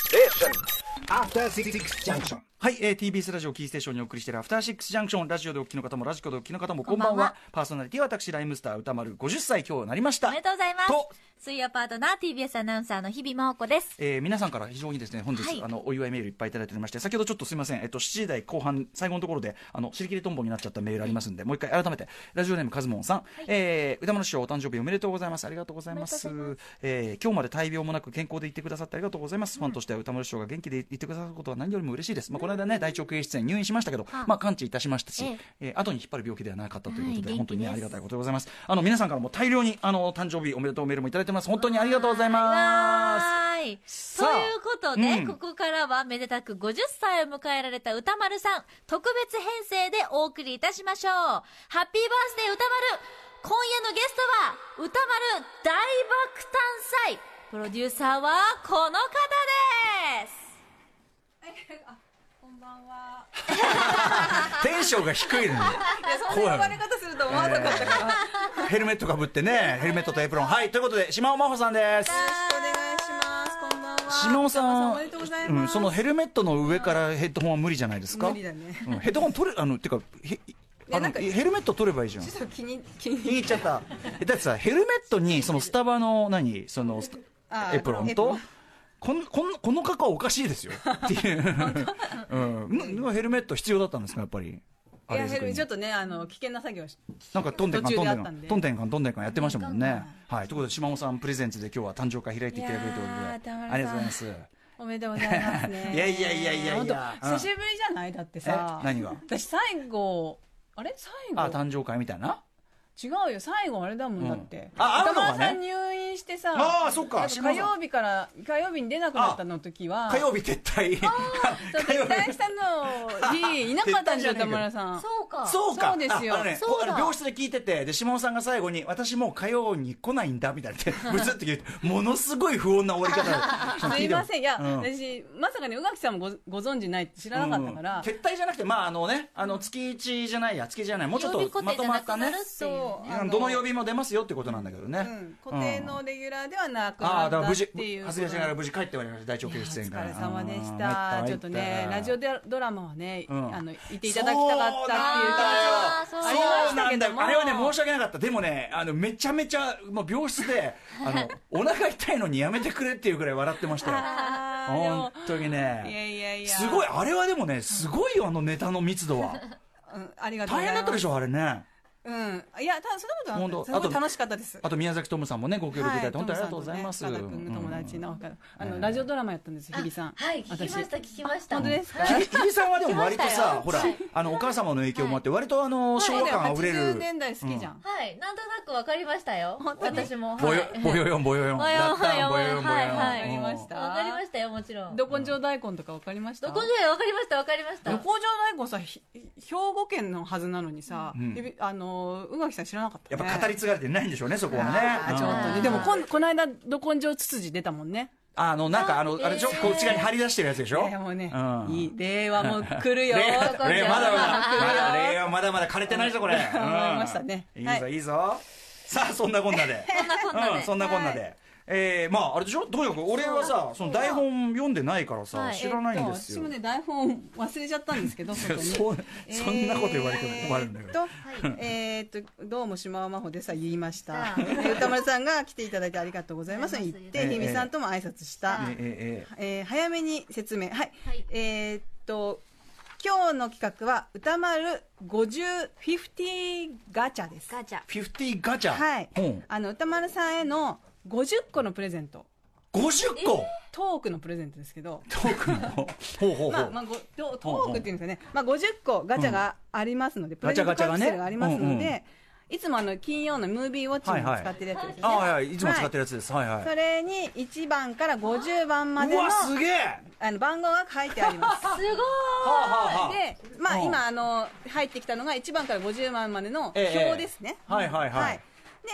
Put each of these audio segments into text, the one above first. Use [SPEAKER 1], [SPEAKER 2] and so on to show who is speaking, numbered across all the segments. [SPEAKER 1] Station. After Six Junction.
[SPEAKER 2] はい、えー、TBS ラジオキーステーションにお送りしているアフターシックスジャンクションラジオでお聞きの方もラジコでお聞きの方もこんばんは
[SPEAKER 3] こんばんは
[SPEAKER 2] パーソナリティは私ライムスター歌丸50歳今日なりました
[SPEAKER 3] おめでとうございます
[SPEAKER 2] と
[SPEAKER 3] 水曜パートナー TBS アナウンサーの日々真央子です
[SPEAKER 2] えー皆さんから非常にですね本日、
[SPEAKER 3] はい
[SPEAKER 2] あのお祝いメールいっぱいいただいておりまして先ほどちょっとすみません、えっと、7時台後半最後のところであの尻切りトンボになっちゃったメールありますんでもう一回改めてラジオネームカズモンさん、えー歌丸師匠お誕生日おめでとうございますありがとうございます
[SPEAKER 3] おめでとうござい
[SPEAKER 2] えー今日まで大病もなく健康でいてくださってありがとうございます、ファンとしては歌丸師匠が元気でいてくださることは何よりも嬉しいです、まあ、この間ね大腸経営出演入院しましたけど、
[SPEAKER 3] はあ
[SPEAKER 2] まあ、完治いたしましたし、え
[SPEAKER 3] え
[SPEAKER 2] ー後に引っ張る病気ではなかったということで、
[SPEAKER 3] はい
[SPEAKER 2] 本当に、ね、
[SPEAKER 3] 元
[SPEAKER 2] あ
[SPEAKER 3] 気です
[SPEAKER 2] りがたいことでございますあの皆さんからも大量にあの誕生日おめでとうメールもいただいてます本当にありがとうございます
[SPEAKER 3] わーい
[SPEAKER 2] さ
[SPEAKER 3] と
[SPEAKER 2] あ
[SPEAKER 3] いうことで、
[SPEAKER 2] うん
[SPEAKER 3] ここからはめでたく50歳を迎えられた歌丸さん特別編成でお送りいたしましょうハッピーバースデー歌丸今夜のゲストは歌丸大爆誕祭プロデューサーはこの方です
[SPEAKER 4] こんばんは。
[SPEAKER 2] テンションが低いのに
[SPEAKER 4] いや、そんな呼ばれ方すると思わなかったから。よ
[SPEAKER 2] ヘルメットかぶってね、ヘルメットとエプロン。はい、ということで、島尾真帆さんです。
[SPEAKER 4] ろしくお願いします。こんばんは。
[SPEAKER 2] 島尾さん
[SPEAKER 4] おめでとうござい
[SPEAKER 2] うん
[SPEAKER 4] ます。
[SPEAKER 2] そのヘルメットの上からヘッドホンは無理じゃないですか。
[SPEAKER 4] 無理だね
[SPEAKER 2] うんヘッドホン取る、あの、てか、へあ
[SPEAKER 4] な
[SPEAKER 2] の
[SPEAKER 4] んか
[SPEAKER 2] ヘルメット取ればいいじゃん。
[SPEAKER 4] ちょっと気に、気に。
[SPEAKER 2] 気に入っちゃった。えだってさ、ヘルメットに、そのスタバの、何、その、ス
[SPEAKER 4] あー
[SPEAKER 2] エプロン
[SPEAKER 4] エプロ
[SPEAKER 2] と
[SPEAKER 4] ン、
[SPEAKER 2] この、この、この格好はおかしいですよ。って いう。うん。のヘルメット必要だったんですか、やっぱり。
[SPEAKER 4] いや、
[SPEAKER 2] あれ
[SPEAKER 4] ヘ
[SPEAKER 2] 作り
[SPEAKER 4] ルメ
[SPEAKER 2] に
[SPEAKER 4] ちょっとね、あの、危険な作業をし
[SPEAKER 2] なんかトンデンカン
[SPEAKER 4] 途
[SPEAKER 2] ト
[SPEAKER 4] 中
[SPEAKER 2] ンデン
[SPEAKER 4] であっ
[SPEAKER 2] カ
[SPEAKER 4] た
[SPEAKER 2] ン
[SPEAKER 4] んで
[SPEAKER 2] トンデンカントンデンカンやってましたもんね。はいということで島尾さんプレゼンツで今日は誕生会開いていただけるという
[SPEAKER 4] いや
[SPEAKER 2] こ
[SPEAKER 4] ー
[SPEAKER 2] とで
[SPEAKER 4] 田村さん
[SPEAKER 2] ありがとうございます。
[SPEAKER 4] おめでとうございますね。
[SPEAKER 2] いやいやいやいやいや
[SPEAKER 4] 本当久しぶりじゃないだってさ。
[SPEAKER 2] え何が
[SPEAKER 4] 私最後、あれ最
[SPEAKER 2] あ
[SPEAKER 4] 後
[SPEAKER 2] 誕生会みたいな。
[SPEAKER 4] 違うよ最後あれだもん、だって
[SPEAKER 2] ああるのはね
[SPEAKER 4] 岡村さん入院してさ
[SPEAKER 2] あーそっか
[SPEAKER 4] なん火曜日から火曜日に出なくなったの時は
[SPEAKER 2] 火曜日撤退。
[SPEAKER 4] そ う
[SPEAKER 2] 火曜
[SPEAKER 4] 撤
[SPEAKER 2] 日
[SPEAKER 4] 退したのにいなかったんです
[SPEAKER 2] 撤退じゃねえ
[SPEAKER 4] よ
[SPEAKER 2] けど
[SPEAKER 4] 田村さん
[SPEAKER 3] そうか
[SPEAKER 2] そうか。
[SPEAKER 4] そうですよ
[SPEAKER 2] ああのね
[SPEAKER 3] そうだ
[SPEAKER 2] あの病室で聞いててで島尾さんが最後に私もう火曜に来ないんだみたいなってブツって言ってものすごい不穏な終わり 方で。
[SPEAKER 4] すいませんいや、
[SPEAKER 2] う
[SPEAKER 4] 私まさかね宇垣さんもごご存じないって知らなかったから、
[SPEAKER 2] うん撤退じゃなくてまああのねあの月一じゃないや月一じゃないもうちょっ
[SPEAKER 3] 呼び
[SPEAKER 2] と
[SPEAKER 3] 固
[SPEAKER 2] ま
[SPEAKER 3] 定
[SPEAKER 2] と
[SPEAKER 3] じゃ
[SPEAKER 2] ま
[SPEAKER 3] な
[SPEAKER 2] った
[SPEAKER 3] くな
[SPEAKER 2] ね
[SPEAKER 3] る。っていうね
[SPEAKER 4] そうあの
[SPEAKER 2] どの曜日も出ますよってことなんだけどね、
[SPEAKER 4] うん固定のレギュラーではなく
[SPEAKER 2] あ
[SPEAKER 4] な
[SPEAKER 2] あだ
[SPEAKER 4] った
[SPEAKER 2] から
[SPEAKER 4] っ
[SPEAKER 2] 無事
[SPEAKER 4] ていう
[SPEAKER 2] 恥ずかしながら無事帰ってまいりました大腸経出演
[SPEAKER 4] お
[SPEAKER 2] から
[SPEAKER 4] 疲れ様でし
[SPEAKER 2] あ
[SPEAKER 4] た
[SPEAKER 2] ー
[SPEAKER 4] ちょっとねラジオでドラマはね、
[SPEAKER 2] うん
[SPEAKER 4] あのいていただきたかった
[SPEAKER 3] そうなんだよ
[SPEAKER 4] っていう気持ちはありま
[SPEAKER 2] そ
[SPEAKER 4] し
[SPEAKER 2] う
[SPEAKER 4] た
[SPEAKER 2] な
[SPEAKER 4] け
[SPEAKER 2] んだ
[SPEAKER 4] ど
[SPEAKER 2] よ
[SPEAKER 4] も
[SPEAKER 2] あれはね申し訳なかったでもねあのめちゃめちゃもう病室 であのお腹痛いのにやめてくれっていうぐらい笑ってましたよ
[SPEAKER 4] あーでも
[SPEAKER 2] 本当に
[SPEAKER 4] いや
[SPEAKER 2] ね
[SPEAKER 4] いやいや
[SPEAKER 2] すごいあれはでもねすご いよあのネタの密度は
[SPEAKER 4] うん、ありがとうご
[SPEAKER 2] 大
[SPEAKER 4] ざい
[SPEAKER 2] 変
[SPEAKER 4] ます
[SPEAKER 2] だったでしょあれね
[SPEAKER 4] うんいやただそんなこと
[SPEAKER 2] 本当
[SPEAKER 4] はすご
[SPEAKER 2] あと
[SPEAKER 4] い楽しかったです
[SPEAKER 2] あと宮崎智さんもねご協力いただいて、
[SPEAKER 4] は
[SPEAKER 2] 本当にありがとうございます、
[SPEAKER 4] トムさんとね加賀君の友達の他のあ
[SPEAKER 2] う
[SPEAKER 4] の
[SPEAKER 2] ん
[SPEAKER 4] ラジオドラマやったんですよ日比さん
[SPEAKER 3] あはい聞きました聞きました
[SPEAKER 4] 本当ですか
[SPEAKER 3] はい
[SPEAKER 2] ひひびさんはでも割と
[SPEAKER 3] 来ました
[SPEAKER 2] さ
[SPEAKER 3] よ
[SPEAKER 2] ほらあのお母様の影響もあって割とあの昭和感あふれ
[SPEAKER 4] 80
[SPEAKER 2] る
[SPEAKER 4] 年代好きじゃん
[SPEAKER 3] はい、なんとなくわかりましたよ。私も。
[SPEAKER 2] ぼ
[SPEAKER 3] はい
[SPEAKER 2] よ、ぼよよん、ぼよよん。
[SPEAKER 3] ぼよよん
[SPEAKER 2] だったんぼ
[SPEAKER 3] ぼ
[SPEAKER 2] よ
[SPEAKER 3] よ
[SPEAKER 2] よ
[SPEAKER 3] よ
[SPEAKER 2] ん、
[SPEAKER 3] ん
[SPEAKER 2] ぼよよん。
[SPEAKER 4] はいはいわかりまし
[SPEAKER 3] わかりましたよ、もちろん。ど
[SPEAKER 4] ど根性大根とかわかりました
[SPEAKER 3] こでわかりました、わかりました。
[SPEAKER 4] ど根性大根さひ兵庫県のはずなのにさ
[SPEAKER 2] ん
[SPEAKER 4] 日比あの宇垣さん知らなかった
[SPEAKER 2] や
[SPEAKER 4] ね
[SPEAKER 2] っぱ語り継がれてないんでしょうね、そこは
[SPEAKER 4] あーちょっ
[SPEAKER 2] ね。
[SPEAKER 4] と
[SPEAKER 3] う
[SPEAKER 4] ね
[SPEAKER 3] ん
[SPEAKER 4] でもこんこの間ど根性つつじ出たもんね
[SPEAKER 2] あの、なんか、あの、あれでしょ、こう内側に張り出してるやつでし
[SPEAKER 4] い
[SPEAKER 2] ょ
[SPEAKER 4] やいやもうね
[SPEAKER 2] うん
[SPEAKER 4] いい令和 も来るよ
[SPEAKER 2] 令和
[SPEAKER 3] ど根性
[SPEAKER 2] 令和まだまだ、
[SPEAKER 3] 来
[SPEAKER 2] ま
[SPEAKER 4] るよ
[SPEAKER 2] だ令和まだまだ枯れてないぞ、これ。うん
[SPEAKER 4] 思いましたね
[SPEAKER 2] い
[SPEAKER 4] はい
[SPEAKER 2] ぞ、
[SPEAKER 4] い
[SPEAKER 2] いいぞ。さあ、そんなこんな で。
[SPEAKER 3] そんなこんな
[SPEAKER 2] う
[SPEAKER 3] で。
[SPEAKER 2] ん、そんなこんなで。えー、まあ、あれでしょどういうこと俺はさ、その台本読んでないからさ、
[SPEAKER 3] はい
[SPEAKER 2] 知らないんで
[SPEAKER 4] えっ
[SPEAKER 2] す
[SPEAKER 4] と私
[SPEAKER 2] よ
[SPEAKER 4] も。ね台本忘れちゃったんです けどそこに
[SPEAKER 2] そうそんなこと言われても困るんだけど。
[SPEAKER 4] えーっと、えーっとどうも島尾真帆でさ言いました
[SPEAKER 3] さあ
[SPEAKER 4] で歌丸さんが来ていただいてありがとうございます
[SPEAKER 3] あり
[SPEAKER 4] 言っ
[SPEAKER 3] がとうご
[SPEAKER 2] ざい
[SPEAKER 4] て
[SPEAKER 2] ます
[SPEAKER 4] 日比さんとも挨拶した
[SPEAKER 2] え、ーえーえ
[SPEAKER 4] えー早めに説明はい、
[SPEAKER 3] はい
[SPEAKER 4] えーっと今日の企画は歌丸5050ガチャです
[SPEAKER 3] ガチャ。
[SPEAKER 2] ー、50ガチャ。
[SPEAKER 4] はい
[SPEAKER 2] うん
[SPEAKER 4] あの歌丸さんへの50個のプレゼント
[SPEAKER 2] 50個
[SPEAKER 4] トークのプレゼントですけど
[SPEAKER 2] トークの。ほうほうほ
[SPEAKER 4] まあ
[SPEAKER 2] う
[SPEAKER 4] ま。あ、ごトトークっていうんですかね、まあ、50個ガチャがありますので、プ
[SPEAKER 2] ガ
[SPEAKER 4] レ
[SPEAKER 2] チ
[SPEAKER 4] ゼ
[SPEAKER 2] ャ
[SPEAKER 4] ン
[SPEAKER 2] ガ
[SPEAKER 4] ト
[SPEAKER 2] チャ
[SPEAKER 4] カ
[SPEAKER 2] が
[SPEAKER 4] プ
[SPEAKER 2] ね
[SPEAKER 4] セルがありますので、
[SPEAKER 2] うんうん
[SPEAKER 4] いつもあの金曜のムービーウォッチにも使ってるやつですね、
[SPEAKER 2] あはいはいいつも使ってる
[SPEAKER 4] る、
[SPEAKER 2] やつですはいはい
[SPEAKER 4] それに1番から50番まで
[SPEAKER 2] う
[SPEAKER 4] の
[SPEAKER 2] わすげえは
[SPEAKER 4] あの番号が書いてあります。
[SPEAKER 3] すごい
[SPEAKER 2] あはあはあ
[SPEAKER 4] で、まあ、
[SPEAKER 2] うん
[SPEAKER 4] 今あの入ってきたのが1番から50番までの
[SPEAKER 2] ええ
[SPEAKER 4] 表ですね、
[SPEAKER 2] はいはいはい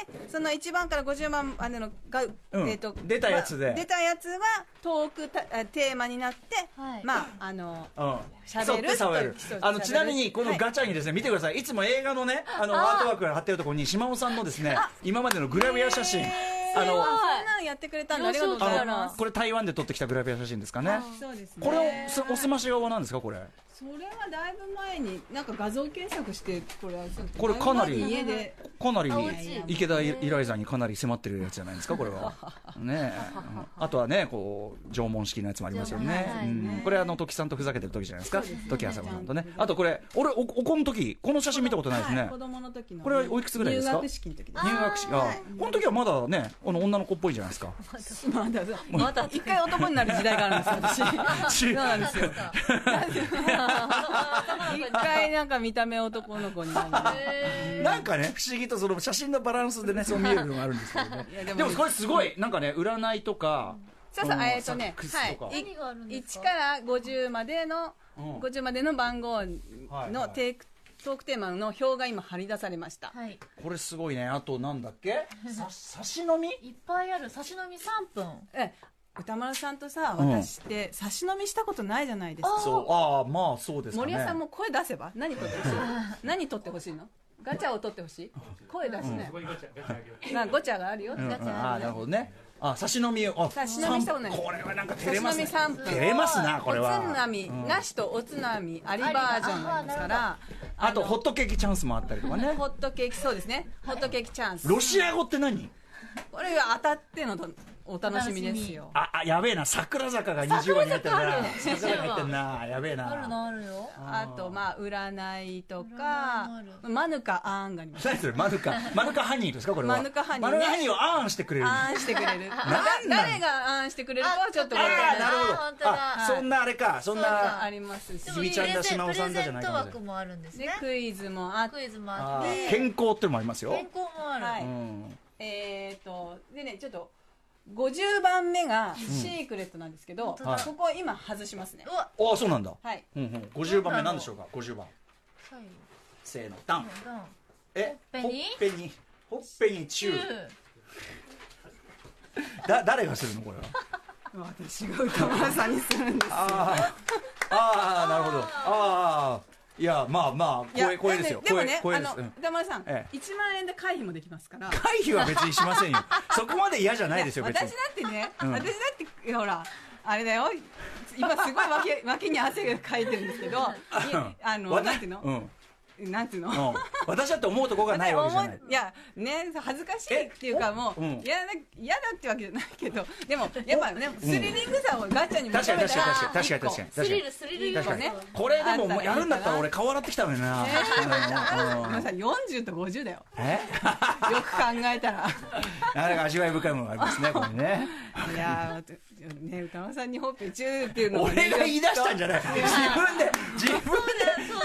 [SPEAKER 4] でその1番から50番までのが、
[SPEAKER 2] うん
[SPEAKER 4] えーと
[SPEAKER 2] 出たやつで
[SPEAKER 4] まあ出たやつはトークたあテーマになって、
[SPEAKER 3] はい
[SPEAKER 4] まああの
[SPEAKER 2] うん
[SPEAKER 4] 喋
[SPEAKER 2] 競
[SPEAKER 4] る
[SPEAKER 2] って触る
[SPEAKER 4] 競って
[SPEAKER 2] あの
[SPEAKER 4] 喋る
[SPEAKER 2] ちなみにこのガチャにですね見てくださいいつも映画のねあのアートワークが貼ってるところに島尾さんのですね今までのグラビア写真
[SPEAKER 4] えー
[SPEAKER 2] あの
[SPEAKER 4] そんなんんやってくれたんでありがとうござい
[SPEAKER 2] あ
[SPEAKER 4] ま
[SPEAKER 2] の
[SPEAKER 4] す
[SPEAKER 2] これ台湾で撮ってきたグラビア写真ですかね
[SPEAKER 3] あー
[SPEAKER 4] そうですね
[SPEAKER 2] これをすおすまし顔はなんですかこれ
[SPEAKER 4] それはだいぶ前になんか画像検索してこれはちょっと
[SPEAKER 2] これかなり
[SPEAKER 4] だいぶ前に家で
[SPEAKER 2] かなり
[SPEAKER 3] あ美味しい
[SPEAKER 2] 池田イライザにかなり迫ってるやつじゃないですかこれはねえうんあとはねこう縄文式のやつもありますよね
[SPEAKER 3] 縄文はい
[SPEAKER 2] うんこれあの時さんとふざけてる時じゃないですか時あさこさんとね
[SPEAKER 4] ちゃんと
[SPEAKER 2] あとこれ俺おおこの時この写真見たことないです
[SPEAKER 4] は
[SPEAKER 2] ね
[SPEAKER 4] 子供の時の
[SPEAKER 2] これはおいくつぐらいですか
[SPEAKER 4] 入学式の時で
[SPEAKER 2] 入学式あこの時はまだねあの女の子っぽいじゃないですか
[SPEAKER 4] すまだだ
[SPEAKER 3] まだ
[SPEAKER 4] 一回男になる時代があるんですよ私そうなんですよ一回なんか見た目男の子になる
[SPEAKER 2] なんかね不思議とその写真のバランスでねそう見えるのがあるんですけどね
[SPEAKER 4] いや
[SPEAKER 2] で
[SPEAKER 4] で
[SPEAKER 2] も
[SPEAKER 4] も
[SPEAKER 2] これすごいなんかね占いとか
[SPEAKER 4] そうそう
[SPEAKER 2] うん
[SPEAKER 4] えっとね
[SPEAKER 2] サックスとか
[SPEAKER 4] はい
[SPEAKER 3] 何があるんです
[SPEAKER 4] 1
[SPEAKER 3] か
[SPEAKER 4] から50までの
[SPEAKER 2] うん
[SPEAKER 4] 50までの番号
[SPEAKER 2] はいは
[SPEAKER 4] の
[SPEAKER 2] い
[SPEAKER 4] テイクトークテーマの表が今貼り出されました
[SPEAKER 3] はい
[SPEAKER 2] これすごいねあとなんだっけさ差し飲み
[SPEAKER 3] いっぱいある差し飲み三分
[SPEAKER 4] え歌丸さんとさ
[SPEAKER 2] うん
[SPEAKER 4] 私って差し飲みしたことないじゃないですか
[SPEAKER 2] そうああまあそうですかね
[SPEAKER 4] 森谷さんも声出せば何取っ てほしい何取ってほしいのガチャを取ってほしい声出しなよなゴチャがあるよって
[SPEAKER 2] うんうん
[SPEAKER 4] ガチャ
[SPEAKER 2] ああなるほどねあ差し飲みをあ
[SPEAKER 4] 差し飲みしたことない
[SPEAKER 2] さんこれはなんか照れますね
[SPEAKER 4] 差し飲み3分
[SPEAKER 2] 照れますなこれは
[SPEAKER 4] おつまみなしとおつまみありバージョンなんですから
[SPEAKER 2] あとホ
[SPEAKER 4] ホ
[SPEAKER 2] ットケーキチャンスもあったりとかね
[SPEAKER 4] ットケーキそうですねホットケーキチャンス
[SPEAKER 2] ロシア語って何
[SPEAKER 4] これが当たってのとお楽しみですよ
[SPEAKER 2] ああやべえな桜坂が20話に入ってるな桜坂入ってんなやべえ
[SPEAKER 3] あるのあるよ
[SPEAKER 4] あとまあ占いと
[SPEAKER 3] 占い
[SPEAKER 4] か
[SPEAKER 3] もある
[SPEAKER 4] マヌカアーンがあります
[SPEAKER 2] 何それマヌカマヌカハニーですかこれは
[SPEAKER 4] マヌカハニーね
[SPEAKER 2] マヌカハニーをアーンしてくれる
[SPEAKER 4] アー ンしてくれるだ誰がアーンしてくれるかはちょっと
[SPEAKER 2] あ
[SPEAKER 4] わから
[SPEAKER 2] あ
[SPEAKER 4] ない
[SPEAKER 2] なるほ
[SPEAKER 3] あー本当
[SPEAKER 2] ど
[SPEAKER 3] だ
[SPEAKER 2] あそんなあれかそん
[SPEAKER 3] そうか
[SPEAKER 2] な
[SPEAKER 4] ありますし
[SPEAKER 3] で
[SPEAKER 2] ひ
[SPEAKER 3] も
[SPEAKER 2] びちゃんだ
[SPEAKER 3] プレゼン
[SPEAKER 2] 島尾さんだじゃないかもしれない
[SPEAKER 3] プレゼント枠もあるんです
[SPEAKER 4] で
[SPEAKER 3] ね
[SPEAKER 4] クイズもあっ
[SPEAKER 3] ク
[SPEAKER 4] て、
[SPEAKER 3] イズもあ
[SPEAKER 2] あ
[SPEAKER 3] っ
[SPEAKER 2] ー
[SPEAKER 3] て
[SPEAKER 2] 健康ってのもありますよ
[SPEAKER 3] 健康もあ
[SPEAKER 4] は
[SPEAKER 3] る
[SPEAKER 2] う
[SPEAKER 4] い
[SPEAKER 2] ん
[SPEAKER 4] えー、とでねちょっと50番目がシークレットなんですけど、
[SPEAKER 2] 当だ
[SPEAKER 4] ここ今外しますね
[SPEAKER 3] うわ
[SPEAKER 2] ああそうなんだ
[SPEAKER 4] はい
[SPEAKER 2] うんうん50番目なんでしょうか50番
[SPEAKER 3] 最後
[SPEAKER 2] せーのダン
[SPEAKER 3] どん
[SPEAKER 2] え
[SPEAKER 3] ほっぺに
[SPEAKER 2] ほっぺにほっぺにチュ
[SPEAKER 3] 中
[SPEAKER 2] ーだ誰がするのこれは
[SPEAKER 4] 私が歌村さんにするんです
[SPEAKER 2] ああああなるほどああいやまあまあ
[SPEAKER 4] いや
[SPEAKER 2] 光栄光栄ですよ
[SPEAKER 4] だってでもね
[SPEAKER 2] 光栄光
[SPEAKER 4] あ
[SPEAKER 2] 栄
[SPEAKER 4] の
[SPEAKER 2] ですうん
[SPEAKER 4] 歌丸さん、
[SPEAKER 2] ええ
[SPEAKER 4] 1万円で回避もできますから
[SPEAKER 2] 回避は別にしませんよ そこまで嫌じゃないですよ
[SPEAKER 4] 私
[SPEAKER 2] 別
[SPEAKER 4] だ
[SPEAKER 2] に
[SPEAKER 4] ってね、
[SPEAKER 2] ん
[SPEAKER 4] 私だってほらあれだよ今すごい脇脇に汗がかいてるんですけどいあ の
[SPEAKER 2] 私
[SPEAKER 4] なんていう
[SPEAKER 2] う
[SPEAKER 4] の、
[SPEAKER 2] ん
[SPEAKER 4] なんていうの、
[SPEAKER 2] うん私だって思うとこがないわけじゃない
[SPEAKER 4] 思いやね恥ずかしいっていうかもう
[SPEAKER 2] えおうん
[SPEAKER 4] 嫌、だ嫌だってわけじゃないけどでもやっぱねスリリングさをガチャに求めた
[SPEAKER 2] 確
[SPEAKER 4] ら
[SPEAKER 2] かに確かに確かに確かに
[SPEAKER 3] スリルスリル
[SPEAKER 2] 確かに
[SPEAKER 4] ね
[SPEAKER 2] これでももうやるんだったら俺顔洗ってきたのにな、
[SPEAKER 4] ごめんなさい40と50だよよ
[SPEAKER 2] え
[SPEAKER 4] く考えたら
[SPEAKER 2] なかなか味わい深いものがありますねこれね
[SPEAKER 4] いやーね歌丸さんにほっぺチューっていうの
[SPEAKER 2] 俺が言い出したんじゃ
[SPEAKER 4] ゃ
[SPEAKER 2] ない自分で自分で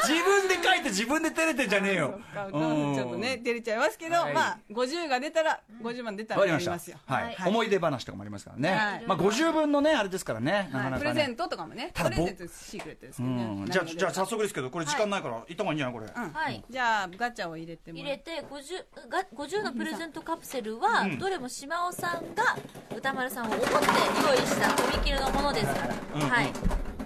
[SPEAKER 2] 自分で書いて自分で照れてんじゃねえよ
[SPEAKER 4] ちょっとね照れちゃいますけど、
[SPEAKER 2] はい
[SPEAKER 4] まあ50が出たら50番出た
[SPEAKER 2] わからり
[SPEAKER 4] や
[SPEAKER 2] ま
[SPEAKER 4] り
[SPEAKER 2] した
[SPEAKER 4] ますよ
[SPEAKER 2] はい、
[SPEAKER 4] はい
[SPEAKER 2] 思い出話とかもありますからね、
[SPEAKER 4] はい
[SPEAKER 2] まあ50分のねあれですからね、なかな
[SPEAKER 4] プ
[SPEAKER 2] か
[SPEAKER 4] レ
[SPEAKER 2] ね
[SPEAKER 4] ゼントとかもね
[SPEAKER 2] ただ
[SPEAKER 4] プ
[SPEAKER 2] 僕
[SPEAKER 4] レゼントシークレットですけ
[SPEAKER 2] う
[SPEAKER 4] どね、
[SPEAKER 2] ん、じゃあ
[SPEAKER 4] 何が出
[SPEAKER 2] じ
[SPEAKER 4] た
[SPEAKER 2] ゃあ
[SPEAKER 4] か
[SPEAKER 2] 早速ですけどこれ時間ないから行った方がいいんじゃないこれ、
[SPEAKER 4] うん
[SPEAKER 3] はい
[SPEAKER 4] じゃあガチャを入れても
[SPEAKER 3] 入
[SPEAKER 4] ら
[SPEAKER 3] れ
[SPEAKER 4] って
[SPEAKER 3] 50が50のプレゼントカプセルは、どれも島尾さんが歌丸さんを怒って用意したとびきりのものですから、
[SPEAKER 2] うんうん
[SPEAKER 3] はい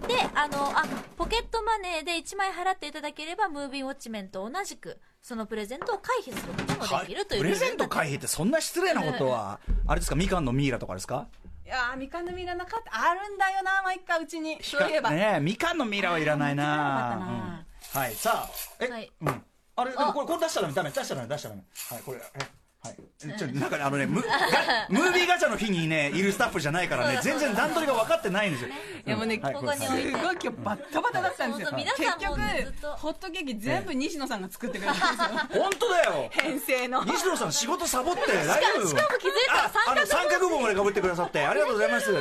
[SPEAKER 3] であのあポケットマネーで1枚払っていただければムービーウォッチメンと同じくそのプレゼントを回避することもできるという
[SPEAKER 2] プレゼント回避ってそんな失礼なことはあれですかみかんのミイラとかですか
[SPEAKER 4] いやーみかんの実いらなかったあるんだよな毎回うちにそういえば、
[SPEAKER 2] ねえみかんのミイラはいらないな
[SPEAKER 4] あーみかんのミイラなか
[SPEAKER 2] うんはいさあえ、
[SPEAKER 3] はい
[SPEAKER 2] うん、あれでもこれこれ出したらダメ出したらダメ出したらダメはいこれえはいちょなんかねあのねムムービーガチャの日にねいるスタッフじゃないからね全然段取りが分かってないんですよ
[SPEAKER 4] いやもうね
[SPEAKER 2] んはい
[SPEAKER 3] ここに置いて
[SPEAKER 4] すごい今日バッタバタだったんですよ
[SPEAKER 3] そうそう
[SPEAKER 4] 結
[SPEAKER 3] 皆さんもずっ
[SPEAKER 4] 局
[SPEAKER 3] と
[SPEAKER 4] ホットケーキ全部西野さんが作ってくれたんです よ
[SPEAKER 2] 本当だよ
[SPEAKER 4] 編成の
[SPEAKER 2] 西野さん仕事サボって大丈夫
[SPEAKER 3] しかも気づいたら
[SPEAKER 2] ああの三角棒までかぶってくださってありがとうございます
[SPEAKER 4] いや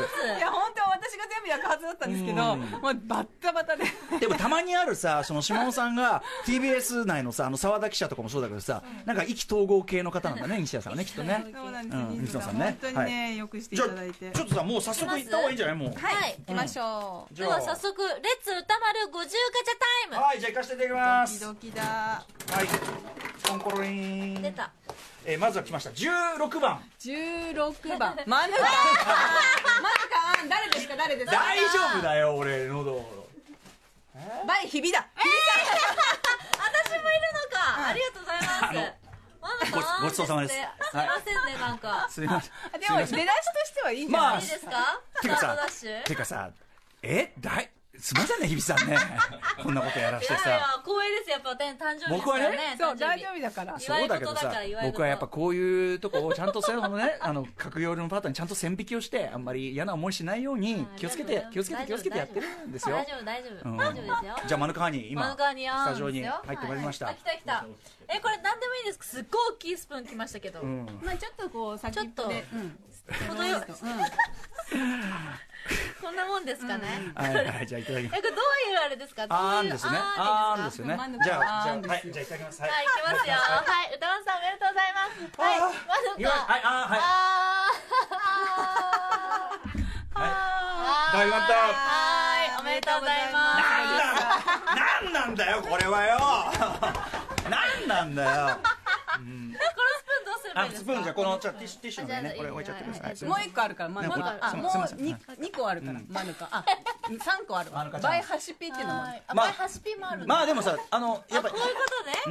[SPEAKER 4] 本当は私が全部焼くはずだったんですけどもうバッタバタ で
[SPEAKER 2] でもたまにあるさ、その島尾さんが TBS 内のさ、あの沢田記者とかもそうだけどさ、なんか意気投合系の方なんだね、西田さんはね、きっとね。
[SPEAKER 4] そうなん
[SPEAKER 2] うん
[SPEAKER 4] ですよ西
[SPEAKER 2] 西野さ
[SPEAKER 4] 野さん
[SPEAKER 2] んね
[SPEAKER 4] 本当にね、よくしてい
[SPEAKER 2] じゃ
[SPEAKER 4] た
[SPEAKER 2] あ
[SPEAKER 4] だいて
[SPEAKER 2] ちょっとさ、もう早速行った方がいいんじゃないもう。
[SPEAKER 3] はい、
[SPEAKER 4] 行きましょう
[SPEAKER 2] じ
[SPEAKER 3] で
[SPEAKER 2] ゃ
[SPEAKER 3] は
[SPEAKER 2] あ
[SPEAKER 3] 早速レッツ歌丸50ガチャタイム
[SPEAKER 2] はい、じゃあ行かせていただきま
[SPEAKER 4] ドキ
[SPEAKER 2] す。
[SPEAKER 4] ドキだ
[SPEAKER 2] はい。コンコロリン。
[SPEAKER 3] 出た
[SPEAKER 2] えーまずは来ました。16番。
[SPEAKER 4] 16番 マヌカマヌカ誰ですか誰ですか
[SPEAKER 2] 大丈夫だよ、俺、喉。
[SPEAKER 4] バイヒビだ
[SPEAKER 3] 私もいるのか、ありがとうございますマ
[SPEAKER 2] ごちごちそうさまです
[SPEAKER 3] すい
[SPEAKER 2] はい
[SPEAKER 3] ませんね、なんか。
[SPEAKER 2] すみません
[SPEAKER 4] あです
[SPEAKER 2] い
[SPEAKER 4] も
[SPEAKER 2] ま
[SPEAKER 4] 出
[SPEAKER 2] せ
[SPEAKER 4] だし
[SPEAKER 2] ん
[SPEAKER 4] としてはいいんじゃ
[SPEAKER 2] ま
[SPEAKER 4] な
[SPEAKER 2] あ
[SPEAKER 4] い、
[SPEAKER 3] いいですか
[SPEAKER 2] てかさ
[SPEAKER 3] スタートダッシュいや
[SPEAKER 2] てかさえだいすみませんね日比さ んねこんなことやらして
[SPEAKER 3] いや
[SPEAKER 2] さ、
[SPEAKER 3] 光栄ですよ。やっぱ誕生日ですからね。
[SPEAKER 2] 僕はね
[SPEAKER 4] そう
[SPEAKER 3] 誕生
[SPEAKER 4] 大
[SPEAKER 3] 日
[SPEAKER 4] 丈夫だから
[SPEAKER 3] い
[SPEAKER 2] そうだけどさ
[SPEAKER 3] 祝い事だから
[SPEAKER 2] 僕はやっぱこういうとこをちゃんとその ねあの格用のパートにちゃんと線引きをしてあんまり嫌な思いしないように気をつけて気をつけて気をつけてやってるんですよ
[SPEAKER 3] 大丈夫、大丈
[SPEAKER 2] うん
[SPEAKER 3] 夫。大丈夫ですよ。
[SPEAKER 2] じゃあマヌカハニ今
[SPEAKER 3] マヌカハニ
[SPEAKER 2] スタジオに
[SPEAKER 3] あ
[SPEAKER 2] 入ってまいりました、
[SPEAKER 3] はいあ来た来た。え、これ何でもいいんですかすっごい大きいスプーン来ましたけど。
[SPEAKER 2] うん
[SPEAKER 4] まあちょっとこう先っぽで
[SPEAKER 3] ち
[SPEAKER 4] うん
[SPEAKER 3] 程よい
[SPEAKER 4] うん
[SPEAKER 3] こんなもんですかね。
[SPEAKER 2] はいはいじゃあいただきま
[SPEAKER 3] え、
[SPEAKER 2] す
[SPEAKER 3] これどういうあれですかどういう
[SPEAKER 2] あーんですねあーんですよね
[SPEAKER 4] マヌカ
[SPEAKER 2] じゃあじゃ
[SPEAKER 4] あーん
[SPEAKER 2] あ
[SPEAKER 4] です
[SPEAKER 2] はい
[SPEAKER 4] よ
[SPEAKER 2] じゃあいただきますはい
[SPEAKER 3] はい、行きますよ。はい、歌丸さんおめでとうございます。はい、マ
[SPEAKER 2] い
[SPEAKER 3] ヌ
[SPEAKER 2] きま
[SPEAKER 3] カ
[SPEAKER 2] す。はいあーはい
[SPEAKER 3] あー。
[SPEAKER 2] ー大満タン
[SPEAKER 3] はい、おめでとうございます。
[SPEAKER 2] なんなんだよこれ はよなんなんだよ
[SPEAKER 3] このスプーンどうすればい
[SPEAKER 2] あ
[SPEAKER 3] いです
[SPEAKER 2] ス
[SPEAKER 3] か
[SPEAKER 2] プーンじゃこのちょっとティッシュティッシュの上に
[SPEAKER 3] あ
[SPEAKER 2] ね
[SPEAKER 3] じゃあ
[SPEAKER 2] これ置いちゃってくださ
[SPEAKER 3] はいい
[SPEAKER 2] すい
[SPEAKER 4] も
[SPEAKER 2] ま
[SPEAKER 4] う
[SPEAKER 2] せん
[SPEAKER 4] 一個あるからマヌカ
[SPEAKER 2] ね
[SPEAKER 3] これ
[SPEAKER 4] あ
[SPEAKER 3] すい
[SPEAKER 4] も
[SPEAKER 2] ません
[SPEAKER 4] う二二個あるからマヌカあ三個ある
[SPEAKER 2] マ
[SPEAKER 4] わ
[SPEAKER 2] ヌカちゃん
[SPEAKER 4] バイハシピっていうのもある
[SPEAKER 3] あ、
[SPEAKER 2] まあ
[SPEAKER 3] これハシピもあるんだ
[SPEAKER 2] まあでもさあのやっぱり
[SPEAKER 3] こういうこと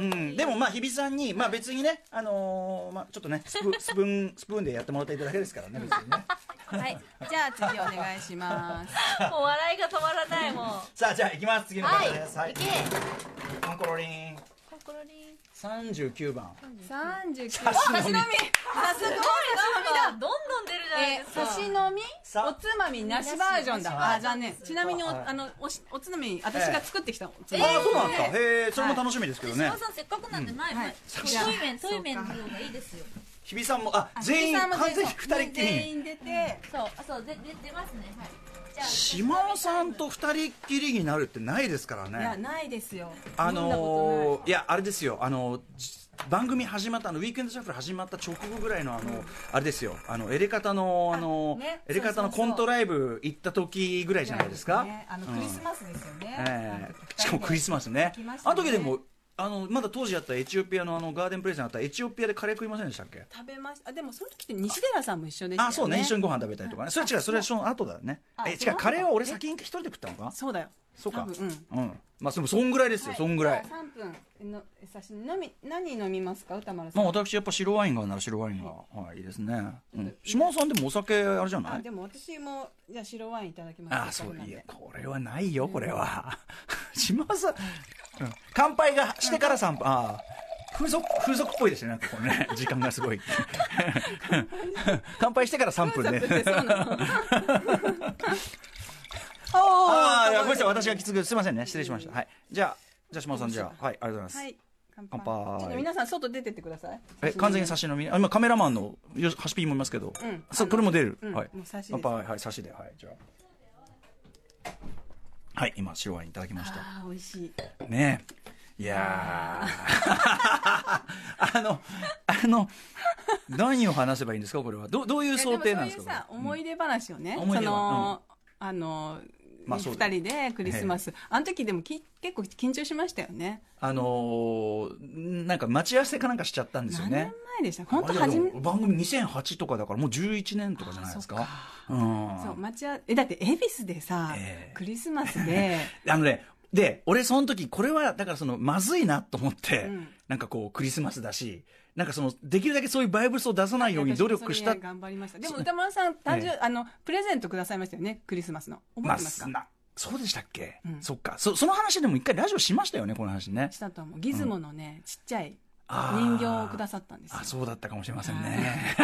[SPEAKER 2] う
[SPEAKER 3] ね。
[SPEAKER 2] ん、でもまあ日比さんに、まあ、別にね、あのーまあ、ちょっとねス プスプーンスプーンでやってもらっていただけですからね別に ね
[SPEAKER 4] はいじゃあ次お願いします
[SPEAKER 3] もう笑いが止まらないもん。は、
[SPEAKER 2] さあじゃあ行きます次の方ですはいい
[SPEAKER 3] いけ。
[SPEAKER 2] コンコロリン
[SPEAKER 3] コロコロリン。
[SPEAKER 2] 39番
[SPEAKER 4] 三十九
[SPEAKER 2] 差し飲み
[SPEAKER 4] 差し飲みさすが
[SPEAKER 3] どんどん出るじゃない
[SPEAKER 4] え
[SPEAKER 3] ですか。
[SPEAKER 4] 差し飲み
[SPEAKER 2] さ
[SPEAKER 4] おつまみなしバージョンだ
[SPEAKER 2] はい
[SPEAKER 4] あ残念ちなみにお
[SPEAKER 2] はい
[SPEAKER 4] あのおしおつまみ私が作ってきたおつま
[SPEAKER 2] あ
[SPEAKER 4] み
[SPEAKER 2] あそうなんですかへえそれも楽しみですけどね、
[SPEAKER 3] 島さんせっかくなんでない。
[SPEAKER 4] は
[SPEAKER 3] はいい。トイメン、トイメンの方がいいですよ。
[SPEAKER 2] 日比さんもあ全員
[SPEAKER 4] あ
[SPEAKER 2] 完全に
[SPEAKER 4] そう
[SPEAKER 2] 二人っき
[SPEAKER 4] 全
[SPEAKER 2] り
[SPEAKER 4] 員出て
[SPEAKER 3] そう、あ、そう、で、で、出ますね。はい。じゃあ
[SPEAKER 2] 島尾さんと二人っきりになるってないですから
[SPEAKER 4] い
[SPEAKER 2] ね
[SPEAKER 4] やないですよ
[SPEAKER 2] あ
[SPEAKER 4] 飲んだことない
[SPEAKER 2] のーいやあれですよあのーじ番組始まったあのウィークエンドシャッフル始まった直後ぐらいのあの、あれですよあのエレカタのあの
[SPEAKER 4] あね
[SPEAKER 2] エレカタの
[SPEAKER 4] そうそ
[SPEAKER 2] コ
[SPEAKER 4] うそう
[SPEAKER 2] ントライブ行った時ぐらいじゃないですか
[SPEAKER 4] ねあのクリスマスですよね、あの
[SPEAKER 2] え
[SPEAKER 4] 時
[SPEAKER 2] えしかもクリスマスね
[SPEAKER 4] 行きました
[SPEAKER 2] あ
[SPEAKER 4] ね
[SPEAKER 2] の時でもあのまだ当時やったエチオピアのあのガーデンプレイスにあったエチオピアでカレー食いませんでしたっけ
[SPEAKER 4] 食べましたあでもその時って西寺さんも一緒でしたよね
[SPEAKER 2] あそうね一緒にご飯食べたりとかねそれ違うそれはその後だよね
[SPEAKER 4] あ
[SPEAKER 2] え
[SPEAKER 4] そ
[SPEAKER 2] 違
[SPEAKER 4] の
[SPEAKER 2] う
[SPEAKER 4] 後
[SPEAKER 2] カレーは俺先に一人で食ったのか
[SPEAKER 4] そうだよ
[SPEAKER 2] そう
[SPEAKER 4] 多
[SPEAKER 2] か
[SPEAKER 4] 分うん
[SPEAKER 2] うんまあでもそんぐらいですよそんぐらい
[SPEAKER 4] 三分の差し飲み何飲みますか歌丸さ
[SPEAKER 2] ま
[SPEAKER 4] ん、
[SPEAKER 2] あ私やっぱ白ワインがなら白ワインがはいいいですねうん島尾さんでもお酒あれじゃな
[SPEAKER 4] あ
[SPEAKER 2] い
[SPEAKER 4] でも私もじゃあ白ワインいただきます
[SPEAKER 2] あそういや
[SPEAKER 4] や
[SPEAKER 2] これはないよこれは 島尾さんうん乾杯がしてから散歩ああ風俗風俗っぽいですねなんかこの ね時間がすごい乾杯してから3分ね ああいやごめんなさい私がきつくすいませんね失礼しましたはいじゃあじゃあ島尾さんじゃあはいありがとうございます、
[SPEAKER 4] はい乾
[SPEAKER 2] 乾
[SPEAKER 4] 杯
[SPEAKER 2] 杯
[SPEAKER 4] ちょっと皆さん外出てってください
[SPEAKER 2] え完全に差し飲みあ今カメラマンのよしハシピーもいますけど、
[SPEAKER 4] ん
[SPEAKER 2] そうこれも出る、
[SPEAKER 4] うん
[SPEAKER 2] はい
[SPEAKER 4] もう差しです
[SPEAKER 2] 乾杯はい差しではいじゃあはい今白ワインいただきました
[SPEAKER 4] あー美味しい
[SPEAKER 2] ねえいやーあのあの何を話せばいいんですかこれはどどういう想定なんですか
[SPEAKER 4] いやもそういうさ思い出話をね、
[SPEAKER 2] うん思い
[SPEAKER 4] そ
[SPEAKER 2] 出話
[SPEAKER 4] の、あの
[SPEAKER 2] ま
[SPEAKER 4] 二
[SPEAKER 2] あそうだ
[SPEAKER 4] 人でクリスマス、あの時でもき結構緊張しましたよね
[SPEAKER 2] あのーなんか待ち合わせかなんかしちゃったんですよ
[SPEAKER 4] 何
[SPEAKER 2] ね
[SPEAKER 4] 年前でした本当
[SPEAKER 2] あれ
[SPEAKER 4] 初め
[SPEAKER 2] でも番組2008とかだからもう11年とかじゃないですかうん
[SPEAKER 4] そう町屋えだって恵比寿でさ、
[SPEAKER 2] ええ
[SPEAKER 4] クリスマ スで
[SPEAKER 2] あのね、で、俺その時、これは、だからその、まずいなと思って、
[SPEAKER 4] ん
[SPEAKER 2] なんかこう、クリスマスだし、なんかその、できるだけそういうバイブスを出さないように努力した
[SPEAKER 4] 私もそ。れ頑張りましたでも歌丸さん誕生、
[SPEAKER 2] ええ
[SPEAKER 4] あのプレゼントくださいましたよねクリスマスの覚えて
[SPEAKER 2] まあ
[SPEAKER 4] ますか、
[SPEAKER 2] なそうでしたっけ、
[SPEAKER 4] うん
[SPEAKER 2] そっか。そ、その話でも一回ラジオしましたよね、この話ね
[SPEAKER 4] し。たと思うギズモのね、ちっちゃい
[SPEAKER 2] あー
[SPEAKER 4] 人形をくださったんですよ
[SPEAKER 2] あ、そうだったかもしれませんね。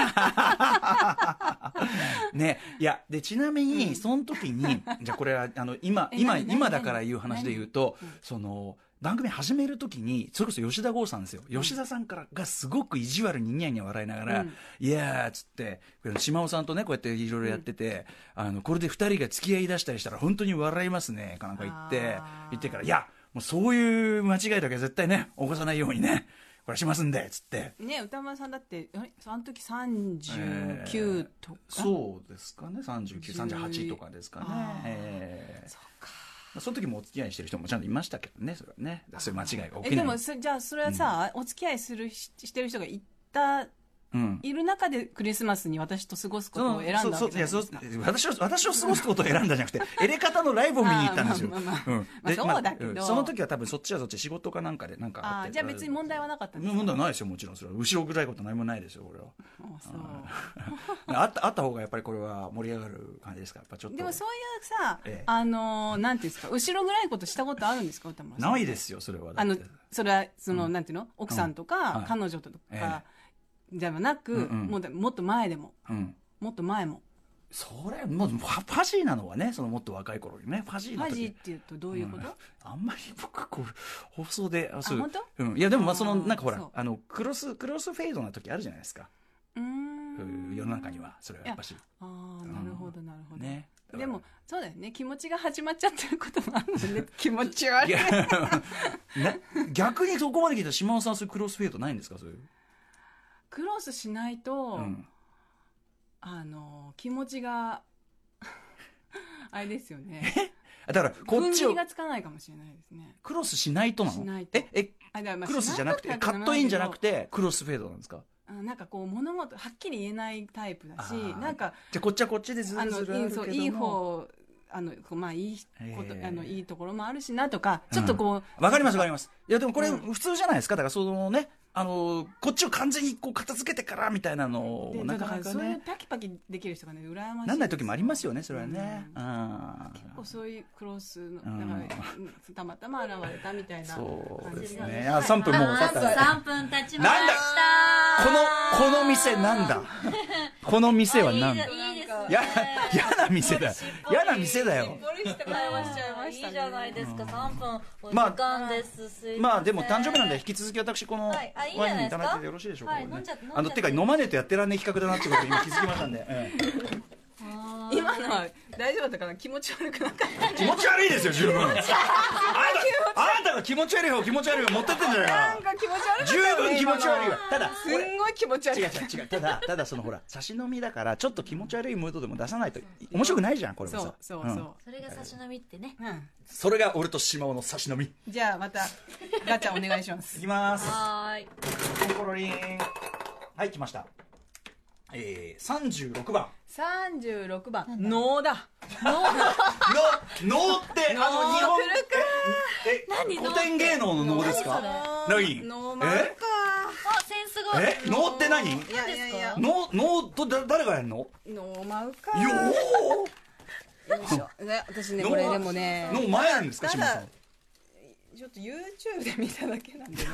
[SPEAKER 2] ね、いや、で、ちなみに、その時に、じゃあこれは、あの、今、
[SPEAKER 4] え
[SPEAKER 2] 今、
[SPEAKER 4] 何何
[SPEAKER 2] 今だから言う話で言うと、その、番組始める時に、それこそ吉田剛さんですよ。吉田さんからがすごく意地悪にニヤニヤ笑いながら、
[SPEAKER 4] うん
[SPEAKER 2] いやーっつって、島尾さんとね、こうやっていろいろやってて、あの、これで二人が付き合い出したりしたら本当に笑いますね、かなんか言って
[SPEAKER 4] あー、
[SPEAKER 2] 言ってから、いや、もうそういう間違いだけは絶対ね、起こさないようにね、これしますんで、つって。
[SPEAKER 4] ね歌丸さんだってえあの時39とか、
[SPEAKER 2] そうですかね3938とかですかね
[SPEAKER 4] あー
[SPEAKER 2] ええその時もお付き合いしてる人もちゃんといましたけどねそれはねそういう間違いが起き
[SPEAKER 4] えで
[SPEAKER 2] ない
[SPEAKER 4] もそじゃあそれはさ、お付き合いするししてる人が行った
[SPEAKER 2] うん
[SPEAKER 4] いる中でクリスマスに私と過ごすことを選んだわけじゃ
[SPEAKER 2] そうそう
[SPEAKER 4] ない
[SPEAKER 2] いや
[SPEAKER 4] です
[SPEAKER 2] そ
[SPEAKER 4] か
[SPEAKER 2] う私を私を過ごすことを選んだじゃなく てエレカタのライブを見に行ったんですよ
[SPEAKER 4] あーまあまあまあ
[SPEAKER 2] うん
[SPEAKER 4] まあ
[SPEAKER 2] で
[SPEAKER 4] そうだけど
[SPEAKER 2] んその時は多分そっちはそっち仕事かなんかでなんか
[SPEAKER 4] あ
[SPEAKER 2] って
[SPEAKER 4] ーじゃあ別に問題はなかったんですか
[SPEAKER 2] 問題はないですよもちろんそれは後ろ暗いこと何もないですよこ れは
[SPEAKER 4] あそう
[SPEAKER 2] あったあった方がやっぱりこれは盛り上がる感じですかやっぱちょっと
[SPEAKER 4] でもそういうさ、
[SPEAKER 2] ええ
[SPEAKER 4] あのーなんていうんですか後ろ暗いことしたことあるんですか歌丸さん
[SPEAKER 2] ないですよそれはだ
[SPEAKER 4] あ
[SPEAKER 2] って
[SPEAKER 4] のそれはその、なんていうの奥さんとか、
[SPEAKER 2] はい
[SPEAKER 4] 彼女とか、
[SPEAKER 2] え
[SPEAKER 4] じゃなく、
[SPEAKER 2] うんうん
[SPEAKER 4] もうだもっと前でも
[SPEAKER 2] うん
[SPEAKER 4] もっと前も
[SPEAKER 2] それもうファファジーなのはねそのもっと若い頃にねファジー
[SPEAKER 4] フ
[SPEAKER 2] な
[SPEAKER 4] ァ
[SPEAKER 2] 時
[SPEAKER 4] ジーっていうとどういうこと、
[SPEAKER 2] あんまり僕こう放送であそう
[SPEAKER 4] 本当
[SPEAKER 2] うん、いやでもまあその
[SPEAKER 4] あー
[SPEAKER 2] なんかほら
[SPEAKER 4] そう
[SPEAKER 2] あのクロスクロスフェードな時あるじゃないですか
[SPEAKER 4] うーん
[SPEAKER 2] 世の中にはそれはやっぱし
[SPEAKER 4] ああなるほどなるほど、
[SPEAKER 2] ね
[SPEAKER 4] でもそうだよね気持ちが始まっちゃってることもあるんで ね気持ち悪
[SPEAKER 2] い
[SPEAKER 4] い
[SPEAKER 2] やな逆にそこまで聞いたら島尾さんそういうクロスフェードないんですかそういう、
[SPEAKER 4] クロスしないと、
[SPEAKER 2] うん、
[SPEAKER 4] あの気持ちが あれですよね
[SPEAKER 2] あだからこ
[SPEAKER 4] 踏
[SPEAKER 2] っ
[SPEAKER 4] ん
[SPEAKER 2] ち
[SPEAKER 4] 切り
[SPEAKER 2] を
[SPEAKER 4] がつかないかもしれないですね
[SPEAKER 2] クロスしないとなの
[SPEAKER 4] しないと
[SPEAKER 2] ええ
[SPEAKER 4] あだからまあ
[SPEAKER 2] クロスじゃなくてカットインじゃなくてクロスフェードなんですか
[SPEAKER 4] あなんかこう物事はっきり言えないタイプだし
[SPEAKER 2] あー
[SPEAKER 4] なんか
[SPEAKER 2] じゃあこっちはこっちでず
[SPEAKER 4] あ
[SPEAKER 2] る
[SPEAKER 4] のい
[SPEAKER 2] ずるあ
[SPEAKER 4] い
[SPEAKER 2] るけ
[SPEAKER 4] そ
[SPEAKER 2] ど
[SPEAKER 4] う
[SPEAKER 2] も
[SPEAKER 4] いい方あのこうまあいいこと、
[SPEAKER 2] えー
[SPEAKER 4] あのいいところもあるしなとかちょっとこう、
[SPEAKER 2] わかりますわかります。いやでもこれ
[SPEAKER 4] う
[SPEAKER 2] 普通じゃないですか。だからそのね、あの、こっちを完全にこう片付けてからみたいなのを、
[SPEAKER 4] で
[SPEAKER 2] な
[SPEAKER 4] だ
[SPEAKER 2] かな
[SPEAKER 4] から
[SPEAKER 2] か
[SPEAKER 4] そういう
[SPEAKER 2] ね、
[SPEAKER 4] パキパキできる人がね羨ましい
[SPEAKER 2] なんない時もありますよね、それはね
[SPEAKER 4] う。ん
[SPEAKER 2] あ
[SPEAKER 4] 結構そういうクロスの、
[SPEAKER 2] うん
[SPEAKER 4] だからうんたまたま現れたみたいな
[SPEAKER 2] そうです
[SPEAKER 4] 感じ
[SPEAKER 2] ね。あ、3分もう経った。
[SPEAKER 3] 3分経ちました
[SPEAKER 2] なんだこの、この店なんだこの店はなんだ
[SPEAKER 3] いいいいですね
[SPEAKER 2] や、嫌な店だよ。嫌な店だよ。
[SPEAKER 4] ゴリして会話しちゃいましたね
[SPEAKER 3] いいじゃないですか、3分お時
[SPEAKER 2] まあ
[SPEAKER 3] 間です、すいせん
[SPEAKER 2] まあでも誕生日なんで引き続き私この
[SPEAKER 3] はいあいいじゃ
[SPEAKER 2] ワ
[SPEAKER 3] な
[SPEAKER 2] イ
[SPEAKER 3] い
[SPEAKER 2] ン
[SPEAKER 3] で
[SPEAKER 2] い
[SPEAKER 3] すか
[SPEAKER 2] ただいてよろしいでしょうか、
[SPEAKER 3] はい
[SPEAKER 2] これね
[SPEAKER 3] 飲んじゃ飲んじゃって
[SPEAKER 2] あのてか飲まねえとやってらんねえ企画だなってこと今気づきましたんで、ええ
[SPEAKER 3] あー
[SPEAKER 4] 今のは大丈夫だったかな気持ち悪くなかった
[SPEAKER 2] 気持ち悪いですよ十分あなたあなたが気持ち悪い方気持ち悪い方持ってってんじゃない
[SPEAKER 4] な
[SPEAKER 2] か
[SPEAKER 4] んか気持ち悪かった
[SPEAKER 2] 十
[SPEAKER 4] よ
[SPEAKER 2] 分
[SPEAKER 4] ね
[SPEAKER 2] 気持ち悪いわ
[SPEAKER 4] 今
[SPEAKER 2] ただ
[SPEAKER 4] のすんごい気持ち悪
[SPEAKER 2] 違う
[SPEAKER 4] い
[SPEAKER 2] 違う違うただただそのほら差し飲みだからちょっと気持ち悪いムードでも出さないと面白くないじゃんこれも
[SPEAKER 4] そ
[SPEAKER 2] さ
[SPEAKER 4] うそうそ
[SPEAKER 2] ん
[SPEAKER 4] う、
[SPEAKER 3] それが差し飲みってね
[SPEAKER 4] うん
[SPEAKER 2] それが俺と島尾の差し飲み
[SPEAKER 4] じゃあまたガチャお願いしま
[SPEAKER 2] い
[SPEAKER 4] す。
[SPEAKER 2] きます
[SPEAKER 3] はーい
[SPEAKER 2] コロリンはい来ましたえー、36番
[SPEAKER 4] 三十六番能だ。
[SPEAKER 2] の能ってあの日本ええ
[SPEAKER 3] 何
[SPEAKER 2] 古典芸能の能ですか何
[SPEAKER 4] 能
[SPEAKER 2] え
[SPEAKER 4] か。
[SPEAKER 3] あセンスが
[SPEAKER 2] え能って何
[SPEAKER 3] いやいやいや
[SPEAKER 2] 能能とだ誰がやるのよ
[SPEAKER 4] 能舞か。
[SPEAKER 2] ー
[SPEAKER 4] よいしょね私ね
[SPEAKER 2] 能
[SPEAKER 4] これでもね
[SPEAKER 2] 能前なんですか
[SPEAKER 4] た
[SPEAKER 2] 島
[SPEAKER 4] だ
[SPEAKER 2] 田さん
[SPEAKER 4] ちょっと YouTube で見ただけなんで ね。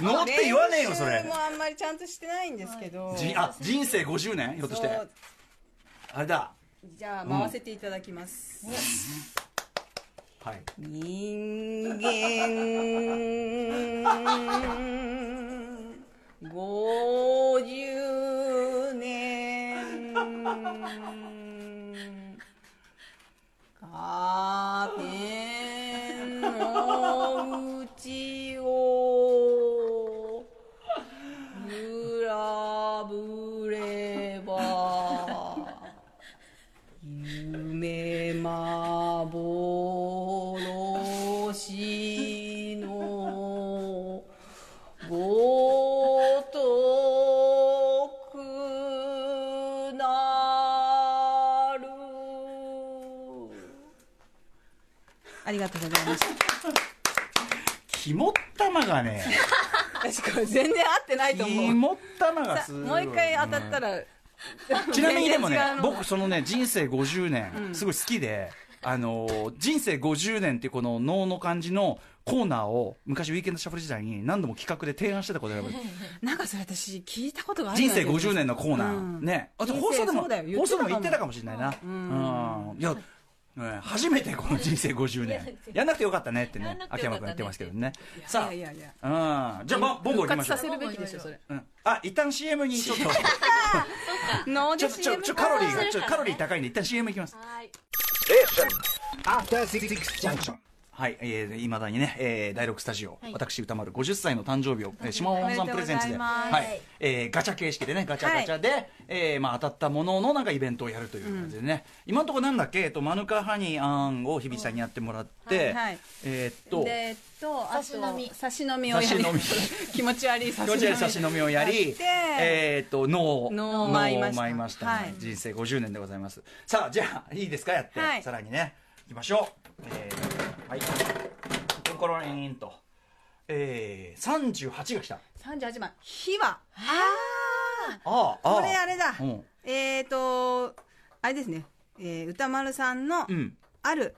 [SPEAKER 2] 能って言わねえよそ
[SPEAKER 4] 練習
[SPEAKER 2] れ
[SPEAKER 4] もあんまりちゃんとしてないんですけど。
[SPEAKER 2] じあ人生50年ひょっとして
[SPEAKER 4] そう
[SPEAKER 2] あれだ
[SPEAKER 4] じゃあ回せていただきます。
[SPEAKER 2] はい
[SPEAKER 4] 人間五十年カーテンの内をぶらぶれば夢幻のごとくなるありがとうございまし
[SPEAKER 2] 肝っ玉がね
[SPEAKER 4] た私これ全然合ってないと思う
[SPEAKER 2] 肝っ玉が
[SPEAKER 4] さ
[SPEAKER 2] すごい
[SPEAKER 4] もう一回当たったら、
[SPEAKER 2] ちなみにでもね
[SPEAKER 4] 全然違う、の
[SPEAKER 2] 僕そのね、人生50年、すごい好きで、あのー、人生50年っていうこの脳の感じのコーナーを、昔ウィーケンドシャッフル時代に何度も企画で提案してたことがある。
[SPEAKER 4] なんかそれ私聞いたことがある
[SPEAKER 2] 人生50年のコーナ
[SPEAKER 4] う
[SPEAKER 2] ー。
[SPEAKER 4] ん
[SPEAKER 2] ね。あと
[SPEAKER 4] 人生
[SPEAKER 2] 放送でも
[SPEAKER 4] そうだよ、言
[SPEAKER 2] 放
[SPEAKER 4] って
[SPEAKER 2] 送でも
[SPEAKER 4] たかも
[SPEAKER 2] 言ってたかもしれないな。うん。いや、ね初めてこの人生50年。 やんなくてよかったねって
[SPEAKER 3] や
[SPEAKER 2] ね
[SPEAKER 3] んな、くて
[SPEAKER 2] 秋
[SPEAKER 3] よ
[SPEAKER 2] 山
[SPEAKER 3] か
[SPEAKER 2] 君言
[SPEAKER 3] ったね
[SPEAKER 2] ってますけどね。
[SPEAKER 4] さ
[SPEAKER 2] さ
[SPEAKER 4] あいやいやいや
[SPEAKER 2] あ、うん。じゃあ、まボンゴ行きましょう
[SPEAKER 4] 復活さ。せるべきでしょそれ
[SPEAKER 2] うんあ、一旦 CM にち ょっと、
[SPEAKER 4] 脳
[SPEAKER 2] ちょ、
[SPEAKER 4] で
[SPEAKER 2] ちょ、
[SPEAKER 4] CM
[SPEAKER 2] ちょ、
[SPEAKER 4] か
[SPEAKER 2] カロリーが、ちょ、カロリー高いんで、一旦 CM 行きます。
[SPEAKER 3] はい
[SPEAKER 1] After Six Junction.
[SPEAKER 2] はい、えー、いまだにね、えー、第6スタジオ、
[SPEAKER 3] はい
[SPEAKER 2] 私歌丸50歳の誕生日を、えー、島尾さんプレゼンツで
[SPEAKER 4] おめでとうございます
[SPEAKER 2] はいえーガチャ形式でねガチャガチャで、えーまあ、当たったもののなんかイベントをやるという感じでね、今のところなんだっけ、えっと、マヌカハニーアンを日比さんにやってもらって、
[SPEAKER 4] うんはいはい
[SPEAKER 2] えーっと
[SPEAKER 4] でえっと
[SPEAKER 3] 差
[SPEAKER 4] あと
[SPEAKER 3] し飲み
[SPEAKER 4] 差し飲みをや
[SPEAKER 2] 差し
[SPEAKER 4] り
[SPEAKER 2] 飲み
[SPEAKER 4] 気持ち悪い差
[SPEAKER 2] 気
[SPEAKER 4] し
[SPEAKER 2] 持
[SPEAKER 4] 飲
[SPEAKER 2] ち
[SPEAKER 4] み
[SPEAKER 2] 悪い差し飲みをやり
[SPEAKER 4] っ、て
[SPEAKER 2] えーっと脳を
[SPEAKER 4] 脳を舞いました
[SPEAKER 2] 脳を舞いました
[SPEAKER 4] はい
[SPEAKER 2] 人生50年でございますさあじゃあいいですかやって、
[SPEAKER 4] はい
[SPEAKER 2] さらにねいきましょう、えーはいコロコロリーンと、えー、38が来た
[SPEAKER 4] 三十八番火はあ
[SPEAKER 2] ああ
[SPEAKER 4] これあれだ
[SPEAKER 2] うん、
[SPEAKER 4] えっ、とあれですね、えー、歌丸さんの
[SPEAKER 2] うん
[SPEAKER 4] ある、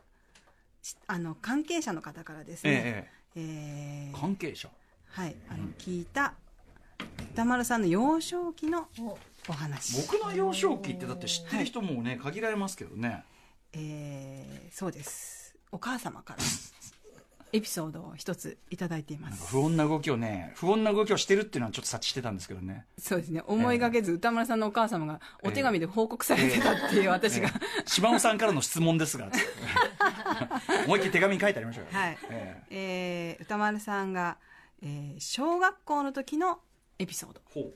[SPEAKER 4] しあの関係者の方からですね、
[SPEAKER 2] え
[SPEAKER 4] え
[SPEAKER 2] え
[SPEAKER 4] ー
[SPEAKER 2] 関係者
[SPEAKER 4] はいあの聞いた歌丸さんの幼少期のお話、
[SPEAKER 2] 僕の幼少期ってだって知ってる人もね限られますけどね、
[SPEAKER 4] えーそうですお母様からエピソードを一ついただいていま
[SPEAKER 2] なんか
[SPEAKER 4] す
[SPEAKER 2] 不穏な動きをね不穏な動きをしてるっていうのはちょっと察知してたんですけどね
[SPEAKER 4] そうですね思いがけず歌丸さんのお母様がお手紙で報告されてたっていう私が、
[SPEAKER 2] ええ島尾さんからの質問です が思いっきり手紙に書いてありましょうよ
[SPEAKER 4] はい
[SPEAKER 2] ええ
[SPEAKER 4] えー歌丸さんが、えー小学校の時のエピソード
[SPEAKER 2] ほう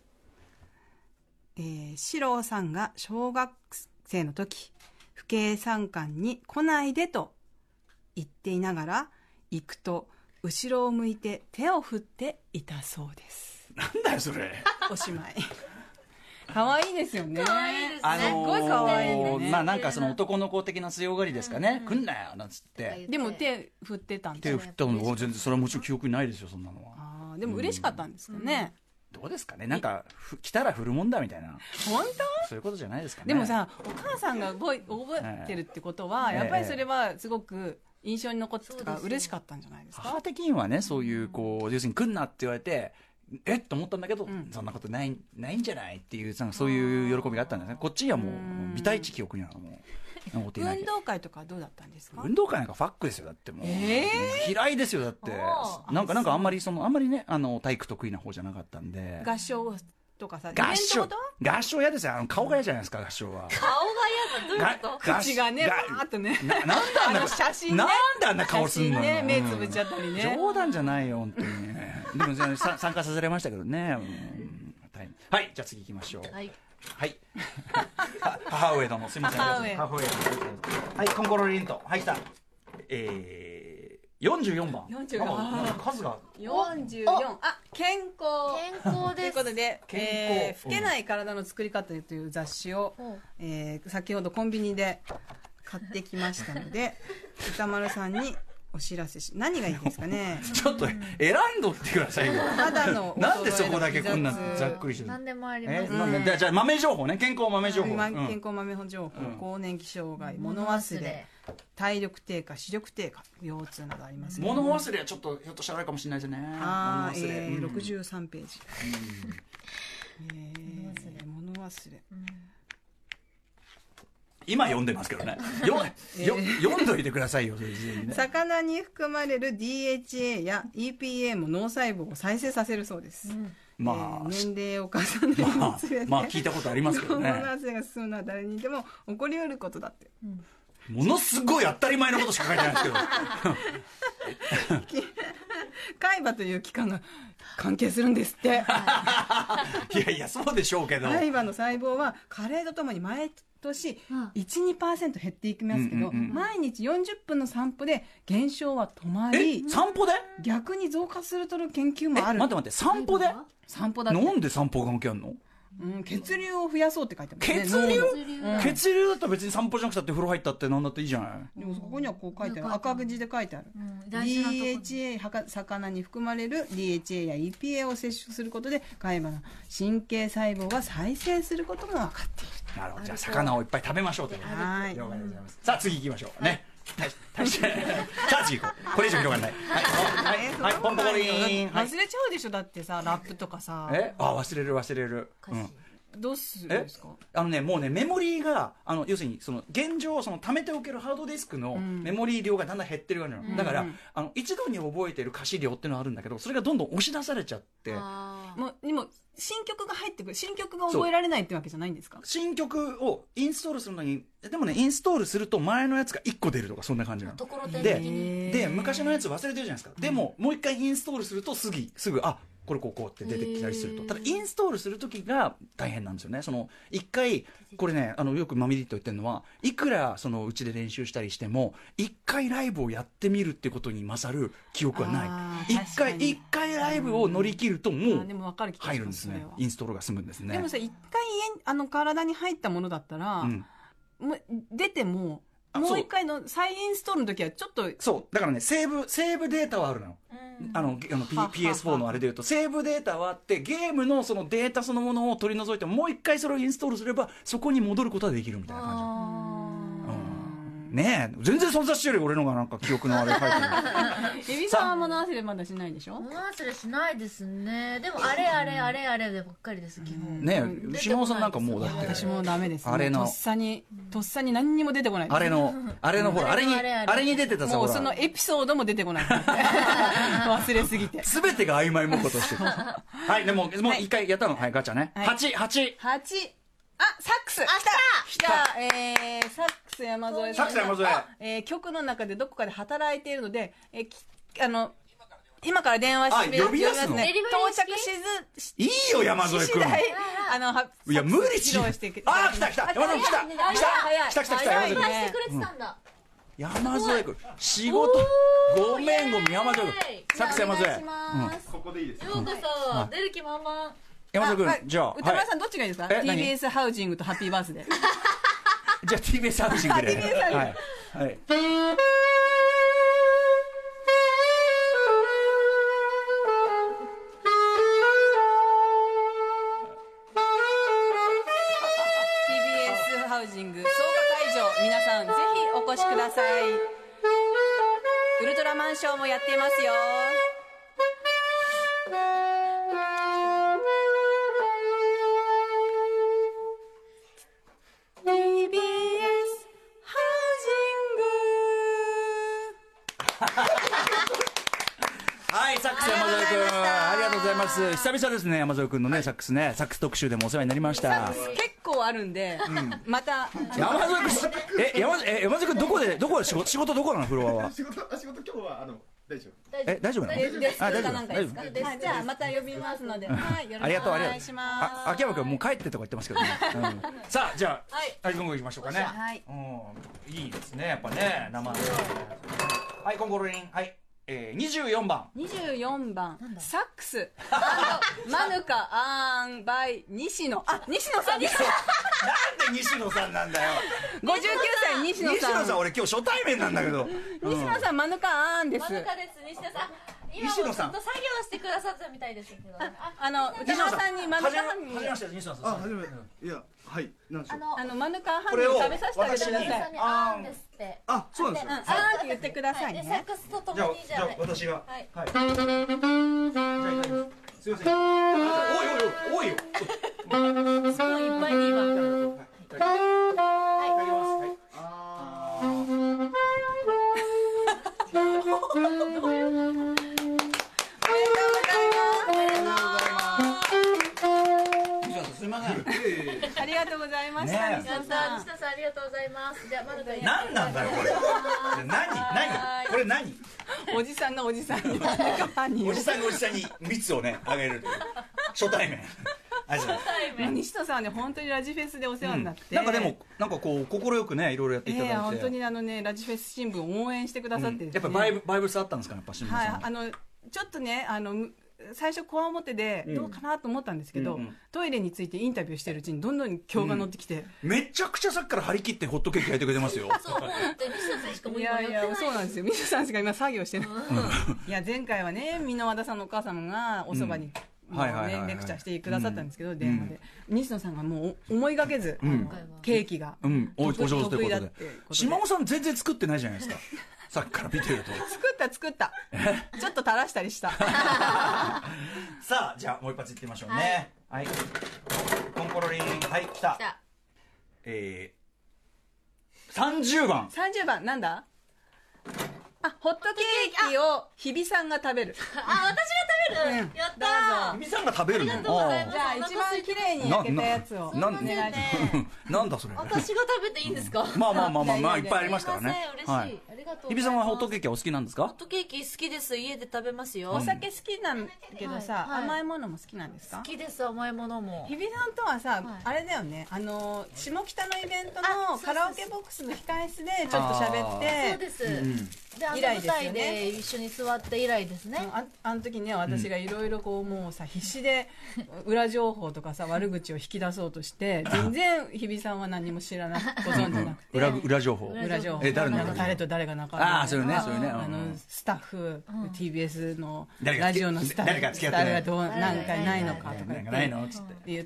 [SPEAKER 4] えー、四郎さんが小学生の時、父兄参観に来ないでと言っていながら、行くと、後ろを向いて手を振っていたそうです。
[SPEAKER 2] なんだよそれ
[SPEAKER 4] おしまい。可愛いですよね。
[SPEAKER 3] 可愛いですね
[SPEAKER 2] あのー
[SPEAKER 4] すっごい可愛いよね
[SPEAKER 2] まあなんかその男の子的な強がりですかね、来んなよなんつって
[SPEAKER 4] でも手振ってたん
[SPEAKER 2] 手
[SPEAKER 4] で
[SPEAKER 2] を振ったのを全然それはもちろん記憶にないですよそんなのは
[SPEAKER 4] あーでも嬉しかったんですよね。
[SPEAKER 2] どうですかねなんかふ来たら振るもんだみたいな
[SPEAKER 4] 本当
[SPEAKER 2] そういうことじゃないですかね
[SPEAKER 4] でもさ、お母さんが覚え覚えてるってことは、
[SPEAKER 2] ええ
[SPEAKER 4] やっぱりそれはすごく印象に残ってたか
[SPEAKER 3] そう
[SPEAKER 4] ら
[SPEAKER 3] ですよ
[SPEAKER 4] 嬉しかったんじゃないですか。
[SPEAKER 2] 母的にはねそういうこう要するに来んなって言われてえっと思ったんだけど、
[SPEAKER 4] ん
[SPEAKER 2] そんなことないないんじゃないっていうなんかそういう喜びがあったんですねこっちにはもう
[SPEAKER 4] うん
[SPEAKER 2] 美体値記憶にはもう残っていないけ
[SPEAKER 4] 運
[SPEAKER 2] ど
[SPEAKER 4] 動会とかどうだったんですか
[SPEAKER 2] 運動会なんかファックですよだってもう、
[SPEAKER 4] え
[SPEAKER 2] 嫌いですよだって
[SPEAKER 3] あ
[SPEAKER 2] なんかなんかあんまりそのあんまりねあの体育得意な方じゃなかったんで
[SPEAKER 4] 合唱とかさ、
[SPEAKER 2] 合
[SPEAKER 4] イベ
[SPEAKER 2] 唱
[SPEAKER 4] ントご
[SPEAKER 2] 合唱嫌ですよあの顔が嫌じゃないですか合唱は
[SPEAKER 3] 顔が嫌だどういうこと
[SPEAKER 2] が
[SPEAKER 4] と口がね、
[SPEAKER 2] が
[SPEAKER 4] わーっとね。
[SPEAKER 2] ななんであん
[SPEAKER 4] あ
[SPEAKER 2] な
[SPEAKER 4] の写真ね
[SPEAKER 2] なんであんな顔すんのよ
[SPEAKER 4] 写真ね、目
[SPEAKER 2] うん
[SPEAKER 4] つぶっちゃったりね。
[SPEAKER 2] 冗談じゃないよ本当にねでもささ参加させられましたけどね、うんはいはいじゃあ次行きましょう
[SPEAKER 3] はい
[SPEAKER 2] はい は母上殿すいません
[SPEAKER 4] 母上
[SPEAKER 2] 母上はいコンコロリンとはい来たえー、44番
[SPEAKER 4] 44
[SPEAKER 2] なんかなんか数が
[SPEAKER 4] 44。あ、健康。
[SPEAKER 3] 健康
[SPEAKER 4] とい
[SPEAKER 3] で
[SPEAKER 4] うこと
[SPEAKER 3] す
[SPEAKER 4] で、
[SPEAKER 2] 健康
[SPEAKER 4] えー老けない体の作り方という雑誌を、
[SPEAKER 3] うん
[SPEAKER 4] えー先ほどコンビニで買ってきました ので、歌丸さんにお知らせし、何がいいですか ね。
[SPEAKER 2] ちょっと選んどってください よ
[SPEAKER 4] 肌の衰えの
[SPEAKER 2] なんでそこだけこんな
[SPEAKER 4] 複雑
[SPEAKER 2] ざっくりしてる
[SPEAKER 3] 何でもありま
[SPEAKER 2] え
[SPEAKER 3] す
[SPEAKER 2] なんで
[SPEAKER 3] ね
[SPEAKER 2] じゃあじゃあ豆情報ね健康豆情報、
[SPEAKER 4] ま
[SPEAKER 2] うん
[SPEAKER 4] 健康豆本情報、
[SPEAKER 2] うん
[SPEAKER 4] 更年期障害物忘れ体力低下視力低下腰痛などあります
[SPEAKER 2] 物忘れはちょっとひょっとしたらあるかもしれないですね
[SPEAKER 4] ああ、
[SPEAKER 2] 物忘れ
[SPEAKER 4] え
[SPEAKER 2] う
[SPEAKER 4] ー、
[SPEAKER 2] ん
[SPEAKER 4] 63ページ、えー、物忘れ
[SPEAKER 2] 今読んでますけど ねよよ読んどいてくださいよそれ事前にね
[SPEAKER 4] 魚に含まれる DHA や EPA も脳細胞を再生させるそうです、
[SPEAKER 2] まあ
[SPEAKER 4] えー年齢を重ねる
[SPEAKER 2] ま
[SPEAKER 4] に
[SPEAKER 2] あ
[SPEAKER 4] つれて、
[SPEAKER 2] まあ聞いたことありますけど
[SPEAKER 4] 物
[SPEAKER 2] ね
[SPEAKER 4] 忘れが進むのは誰にでも起こりうることだって
[SPEAKER 2] ものすごい当たり前のことしか書いてないんですけど
[SPEAKER 4] 海馬という器官が関係するんです って
[SPEAKER 2] いやいやそうでしょうけど、
[SPEAKER 4] 海馬の細胞は加齢とともに毎年12%減っていきますけど、
[SPEAKER 2] うんうんうん
[SPEAKER 4] 毎日40分の散歩で減少は止ま
[SPEAKER 2] え
[SPEAKER 4] り
[SPEAKER 2] 散歩で
[SPEAKER 4] 逆に増加するとの研究
[SPEAKER 2] え
[SPEAKER 4] もあ
[SPEAKER 2] 待って待
[SPEAKER 4] る
[SPEAKER 2] って散歩で
[SPEAKER 4] 散歩だって、
[SPEAKER 2] なんで散歩が関係あるの
[SPEAKER 4] うん、血流を増やそうって書いてます
[SPEAKER 2] 血
[SPEAKER 4] ね
[SPEAKER 2] 流
[SPEAKER 4] 脳の
[SPEAKER 2] 血流だったら別に散歩じゃなくたって風呂入ったってなんだっていいじゃない
[SPEAKER 4] でもそこにはこう書いてある
[SPEAKER 3] うん
[SPEAKER 4] 赤くじで書いてある、
[SPEAKER 3] うん大事なとこ
[SPEAKER 4] DHA はか魚に含まれる DHA や EPA を摂取することで海馬の神経細胞が再生することも分かっている
[SPEAKER 2] なるほどじゃあ魚をいっぱい食べましょうということで
[SPEAKER 4] はい
[SPEAKER 2] 了解でございますさあ次行きましょうね大し大してさあ次行こうこれ以上広がらないはい
[SPEAKER 4] えー
[SPEAKER 2] はい、はい、
[SPEAKER 4] そう
[SPEAKER 2] ポンポコリ
[SPEAKER 4] なん
[SPEAKER 2] ー
[SPEAKER 4] よ
[SPEAKER 2] ン
[SPEAKER 4] だ
[SPEAKER 2] は
[SPEAKER 4] っ
[SPEAKER 2] い
[SPEAKER 4] て忘れちゃうでしょだってさラップとかさ
[SPEAKER 2] えあ忘れる忘れる、うん、
[SPEAKER 4] どうするんですか
[SPEAKER 2] あのね、もうね、メモリーが、あの、要するに、その、現状、その、貯めておけるハードディスクの
[SPEAKER 4] うん
[SPEAKER 2] メモリー量がだんだん減ってるようなの。
[SPEAKER 3] うん
[SPEAKER 2] だから、
[SPEAKER 4] うん
[SPEAKER 2] あの、一度に覚えてる歌詞量っていうのはあるんだけど、それがどんどん押し出されちゃって、
[SPEAKER 3] あー
[SPEAKER 4] もうでも新曲が入ってくる新曲が覚えられないってわけじゃないんですか
[SPEAKER 2] 新曲をインストールするのに、でもね、インストールすると前のやつが1個出るとか、そんな感じなの。
[SPEAKER 3] ところてん的
[SPEAKER 2] で
[SPEAKER 3] に。
[SPEAKER 2] で、昔のやつ
[SPEAKER 4] は
[SPEAKER 2] 忘れてるじゃないですか。でも、もう一回インストールすると、すぐ、すぐ、あ、これこうこうって出てきたりすると。
[SPEAKER 4] へー
[SPEAKER 2] ただ、インストールするときが大変なんですよね。その、一回、これね、あの、よくマミリット言ってるのは、いくら、その、うちで練習したりしても、一回ライブをやってみるってことに勝る記憶は
[SPEAKER 4] あ
[SPEAKER 2] ない。
[SPEAKER 4] ー
[SPEAKER 2] 一回、
[SPEAKER 4] 確かに
[SPEAKER 2] 一回ライブを乗り切ると、もう
[SPEAKER 4] で、も分かる気がします
[SPEAKER 2] 入るんですね
[SPEAKER 4] それは。
[SPEAKER 2] インストールが済むんですね。
[SPEAKER 4] でもさ一回家あの体に入ったものだったら、
[SPEAKER 2] うん。
[SPEAKER 4] もう出ても
[SPEAKER 2] あ
[SPEAKER 4] も
[SPEAKER 2] そうう
[SPEAKER 4] 一回の再インストールの時はちょっと
[SPEAKER 2] そう。だからね、セーブ、セーブデータはあるのよ。
[SPEAKER 3] うん
[SPEAKER 2] あの、あの P- PS4 のあれで言うと、セーブデータはあって、ゲームのそのデータそのものを取り除いて、もう一回それをインストールすれば、そこに戻ることはできるみたいな感じ。
[SPEAKER 3] あ
[SPEAKER 2] ねえ、全然存在してるより俺のがなんか記憶のあれ書いてる。
[SPEAKER 4] 指さんはもう忘れまだしないでしょ
[SPEAKER 3] ー忘れしないですね。でも、あれあれあれあれでばっかりです、基本。
[SPEAKER 2] ね
[SPEAKER 4] うん
[SPEAKER 2] え、下野さんなんかもうだっ
[SPEAKER 3] 出てこないで
[SPEAKER 2] て
[SPEAKER 3] す
[SPEAKER 4] 私。もうダメです、ね、
[SPEAKER 2] あれの
[SPEAKER 4] とっさにとっさに何にも出てこないです
[SPEAKER 2] あれの、あれのほら、あ
[SPEAKER 3] あ
[SPEAKER 2] れ
[SPEAKER 3] れ
[SPEAKER 2] に、
[SPEAKER 3] のあれあれ
[SPEAKER 2] あれに出てたさ、
[SPEAKER 4] も
[SPEAKER 2] ほ
[SPEAKER 4] うその
[SPEAKER 2] ら。
[SPEAKER 4] エピソードも出て こない忘れすぎて
[SPEAKER 2] すべてが曖昧模倣 としてる。はい、でも、もう一回やったの。はい、ガチャね。
[SPEAKER 4] はい
[SPEAKER 2] 八八
[SPEAKER 4] 8あサックスあ
[SPEAKER 3] 来
[SPEAKER 4] じゃあ、えーサックス山添
[SPEAKER 2] サ
[SPEAKER 4] さん
[SPEAKER 2] ックス山添
[SPEAKER 4] あえー曲の中でどこかで働いているので、えーきあの今から電話して
[SPEAKER 2] あ呼び出すの
[SPEAKER 4] 呼びね
[SPEAKER 3] デリバリー
[SPEAKER 4] 到
[SPEAKER 3] 式
[SPEAKER 4] 着しずし
[SPEAKER 2] いいよ、山添
[SPEAKER 4] 次
[SPEAKER 2] 君。
[SPEAKER 4] 第あの
[SPEAKER 2] いや、無理し
[SPEAKER 4] し
[SPEAKER 2] よう
[SPEAKER 4] 披露してく
[SPEAKER 2] あー、来た来た。山添君来た。
[SPEAKER 3] 早い
[SPEAKER 2] 来た
[SPEAKER 4] 早い
[SPEAKER 2] 来た来た来た。山
[SPEAKER 4] 早い
[SPEAKER 2] 添君
[SPEAKER 3] 失。
[SPEAKER 4] ね
[SPEAKER 3] 敗してくれてたんだ。
[SPEAKER 2] 山添君仕事ごめんごめん山添君サックス山添
[SPEAKER 3] お願いします
[SPEAKER 5] ここでいいですか
[SPEAKER 3] ようこそ、出る気満々。
[SPEAKER 2] 山
[SPEAKER 4] あ
[SPEAKER 2] 添
[SPEAKER 4] はい
[SPEAKER 2] 君じゃあ
[SPEAKER 4] 歌
[SPEAKER 2] は
[SPEAKER 4] 丸
[SPEAKER 2] い
[SPEAKER 4] さんどっちがいいですか
[SPEAKER 2] え何
[SPEAKER 4] TBS ハウジングとハッピーバースデー
[SPEAKER 2] じゃあ TBS ハウジングで
[SPEAKER 4] TBS ハウジング
[SPEAKER 2] はいはい
[SPEAKER 4] TBS ハウジング草加会場皆さんぜひお越しくださいウルトラマンショーもやっていますよ
[SPEAKER 2] はいサックス山添君ありがとうございます久々ですね山添君のねサックスねサックス特集でもお世話になりました
[SPEAKER 4] 結構あるんで、また
[SPEAKER 2] 山添君すえ山え山添君どこでどこで仕事仕事どこなのフロアは
[SPEAKER 5] 仕事、仕事今日はあの大丈夫。
[SPEAKER 2] え大丈夫なの
[SPEAKER 4] デデスク
[SPEAKER 2] あ
[SPEAKER 4] か
[SPEAKER 2] 大丈夫
[SPEAKER 4] なんかですか
[SPEAKER 2] 大
[SPEAKER 3] 丈夫
[SPEAKER 4] はいじゃあまた呼びますので、はい、よろ
[SPEAKER 2] あり
[SPEAKER 4] し
[SPEAKER 2] が
[SPEAKER 4] く
[SPEAKER 2] と
[SPEAKER 4] お
[SPEAKER 2] うありが
[SPEAKER 4] 願
[SPEAKER 2] と
[SPEAKER 4] いし
[SPEAKER 2] う
[SPEAKER 4] ます
[SPEAKER 2] あ秋山君もう帰ってとか言ってますけどねうん さあじゃあ
[SPEAKER 4] はい
[SPEAKER 2] はい、今後行きましょうかね。
[SPEAKER 4] はい
[SPEAKER 2] うん、いいですね、やっぱね、生で。はい、コンゴルリン、はい、ええ二十四番。
[SPEAKER 4] 24番
[SPEAKER 3] んだ
[SPEAKER 4] サックスマヌカアーンバイ西野あ西野さんです
[SPEAKER 2] なんで西野さんなんだよ。
[SPEAKER 4] 59歳西野さん
[SPEAKER 2] 俺今日初対面なんだけ ど。
[SPEAKER 4] 西野さんマヌカアーンです
[SPEAKER 3] マヌカです、西田さん。今
[SPEAKER 2] 西
[SPEAKER 3] も
[SPEAKER 2] 野
[SPEAKER 3] ず
[SPEAKER 2] さ
[SPEAKER 3] っ
[SPEAKER 2] ん
[SPEAKER 3] と作業してくださったみたいですけど。あ
[SPEAKER 4] あの歌川さんにマヌ
[SPEAKER 2] はじ
[SPEAKER 4] カ
[SPEAKER 2] め
[SPEAKER 4] ハ
[SPEAKER 2] は
[SPEAKER 4] ン
[SPEAKER 2] じめまして、西野さん。
[SPEAKER 5] あ、初めて。いや、はい、なんでしょ
[SPEAKER 3] あ
[SPEAKER 5] う。
[SPEAKER 3] の、
[SPEAKER 4] あ
[SPEAKER 3] あの、
[SPEAKER 4] のマヌカハンに食べさせてあげて
[SPEAKER 2] これを私
[SPEAKER 4] ください
[SPEAKER 3] にあーんですって。
[SPEAKER 5] あ、そうなん
[SPEAKER 3] で
[SPEAKER 5] です
[SPEAKER 3] う
[SPEAKER 5] よ
[SPEAKER 3] ん。
[SPEAKER 4] あーって言ってください
[SPEAKER 3] で、サッ
[SPEAKER 4] ね
[SPEAKER 3] クスとと
[SPEAKER 2] じゃあ
[SPEAKER 3] もに、じ
[SPEAKER 2] じ
[SPEAKER 3] ゃ
[SPEAKER 2] ゃ
[SPEAKER 3] あ
[SPEAKER 2] あ、私が。
[SPEAKER 3] はい
[SPEAKER 2] はい。じゃあいただきますすいません。あおいおいおい、おいよ。
[SPEAKER 3] すごいいっぱいに今。
[SPEAKER 2] いただきます。はい
[SPEAKER 5] あ
[SPEAKER 2] 西野さん、すいません。
[SPEAKER 5] ーいえいえ
[SPEAKER 4] ありがとうございました、
[SPEAKER 2] ねえ
[SPEAKER 4] 西
[SPEAKER 3] や
[SPEAKER 4] 野
[SPEAKER 3] っ
[SPEAKER 4] さ
[SPEAKER 3] た
[SPEAKER 4] ん
[SPEAKER 3] 西田さんありがとうございます。じゃあ、マヌカに。
[SPEAKER 2] 何なんだよ、これ。何、何、これ何。
[SPEAKER 4] おじさんがおじさんにマヌカハンに
[SPEAKER 2] おじさんがおじさんに蜜をね、あげるという。初対面。ありがとうございます。
[SPEAKER 4] 西野さんはね本当にラジフェスでお世話になって、
[SPEAKER 2] なんかでもなんかこう快くねいろいろやっていただい
[SPEAKER 4] え
[SPEAKER 2] て、
[SPEAKER 4] え本当にあのねラジフェス新聞を応援してくださってですね
[SPEAKER 2] やっぱバイブバイブルスあったんですかねやっぱ新聞さん
[SPEAKER 4] はい、あのちょっとねあのむ最初こわもてで
[SPEAKER 2] うん
[SPEAKER 4] どうかなと思ったんですけど、
[SPEAKER 2] うんうん
[SPEAKER 4] トイレについてインタビューしてるうちにどんどん今日が乗ってきて、
[SPEAKER 2] めちゃくちゃさっきから張り切ってホットケーキ焼いてくれてますよ
[SPEAKER 3] そう、もうだって西田さんしかもう
[SPEAKER 4] い
[SPEAKER 3] 今やっ
[SPEAKER 4] やい
[SPEAKER 3] てない
[SPEAKER 4] やそうなんですよ水野さんしか今作業してない、いや前回はね箕輪田さんのお母様がおそばに、
[SPEAKER 2] うん
[SPEAKER 4] もう
[SPEAKER 2] はいはいはいは
[SPEAKER 4] ね
[SPEAKER 2] い
[SPEAKER 4] レクチャーしてくださったんですけど、電話で西野さんがもう思いがけず、
[SPEAKER 2] ん
[SPEAKER 4] あのケーキが、
[SPEAKER 2] うんおお上手という
[SPEAKER 4] 得
[SPEAKER 2] こ
[SPEAKER 4] 意だ
[SPEAKER 2] と
[SPEAKER 4] っ
[SPEAKER 2] で
[SPEAKER 4] てことで
[SPEAKER 2] 島尾さん全然作ってないじゃないですか さっきから見てると。
[SPEAKER 4] 作った作ったちょっと垂らしたりした
[SPEAKER 2] さあ、じゃあもう一発いってみましょうね。はい。コンコロリン。はい、来た
[SPEAKER 3] じ。ゃ
[SPEAKER 2] えー、30番。
[SPEAKER 4] 30番なんだあホットケーキを日比さんが食べる
[SPEAKER 3] あ、あ私が食べる、
[SPEAKER 4] うん
[SPEAKER 3] やったー
[SPEAKER 2] みさんが食べるの
[SPEAKER 3] ありがとうございま
[SPEAKER 4] じゃあ一番綺麗に焼けたやつ
[SPEAKER 2] な
[SPEAKER 4] を
[SPEAKER 3] そ
[SPEAKER 2] ん
[SPEAKER 3] ん
[SPEAKER 2] な
[SPEAKER 3] なんん
[SPEAKER 2] で
[SPEAKER 3] だよね
[SPEAKER 2] なんだそれ。ま
[SPEAKER 3] 私が食べていいんですか
[SPEAKER 2] あまあまあまあまあ、いっぱいありま
[SPEAKER 3] し
[SPEAKER 2] すからね。
[SPEAKER 3] 嬉しい、
[SPEAKER 2] はい。
[SPEAKER 3] ありがとうございます
[SPEAKER 2] 日比さんはホットケーキはお好きなんです
[SPEAKER 3] ホ
[SPEAKER 2] か
[SPEAKER 3] ットケーキ好きです家で食べますよ、
[SPEAKER 4] お
[SPEAKER 3] 好
[SPEAKER 4] 酒好きなんだけどさ、
[SPEAKER 3] はいはい
[SPEAKER 4] 甘いものも好きなんですか
[SPEAKER 3] きです甘いものも
[SPEAKER 4] 日比さんとは
[SPEAKER 3] はい
[SPEAKER 4] さ、あれだよねあの下北のイベント
[SPEAKER 3] あそ
[SPEAKER 4] の
[SPEAKER 3] うそうそう
[SPEAKER 4] カラオケボックスの控え室でちょっと喋っ
[SPEAKER 3] そう
[SPEAKER 4] て
[SPEAKER 3] です、であの
[SPEAKER 4] 以来
[SPEAKER 3] 舞
[SPEAKER 4] ですよね
[SPEAKER 3] 台で一緒に座って以来ですね
[SPEAKER 4] ああの時ね私がいろいろこうもうさ必死で裏情報とかさ悪口を引き出そうとして全然日比さんは何も知らなくご存知なくて
[SPEAKER 2] 裏、裏情報。
[SPEAKER 4] 裏情報
[SPEAKER 2] え誰の
[SPEAKER 4] なんか誰と誰が仲悪い
[SPEAKER 2] ああ、そういうね、そういうね。
[SPEAKER 4] あの
[SPEAKER 2] うん
[SPEAKER 4] スタッフ、TBS の
[SPEAKER 2] 誰が
[SPEAKER 4] ラジオのスタッフ
[SPEAKER 2] 誰が付き合ってない
[SPEAKER 4] 誰がどうなんかないのかとか
[SPEAKER 2] なん
[SPEAKER 4] 言っ
[SPEAKER 2] か
[SPEAKER 4] て
[SPEAKER 2] ないのつって。
[SPEAKER 4] って言っ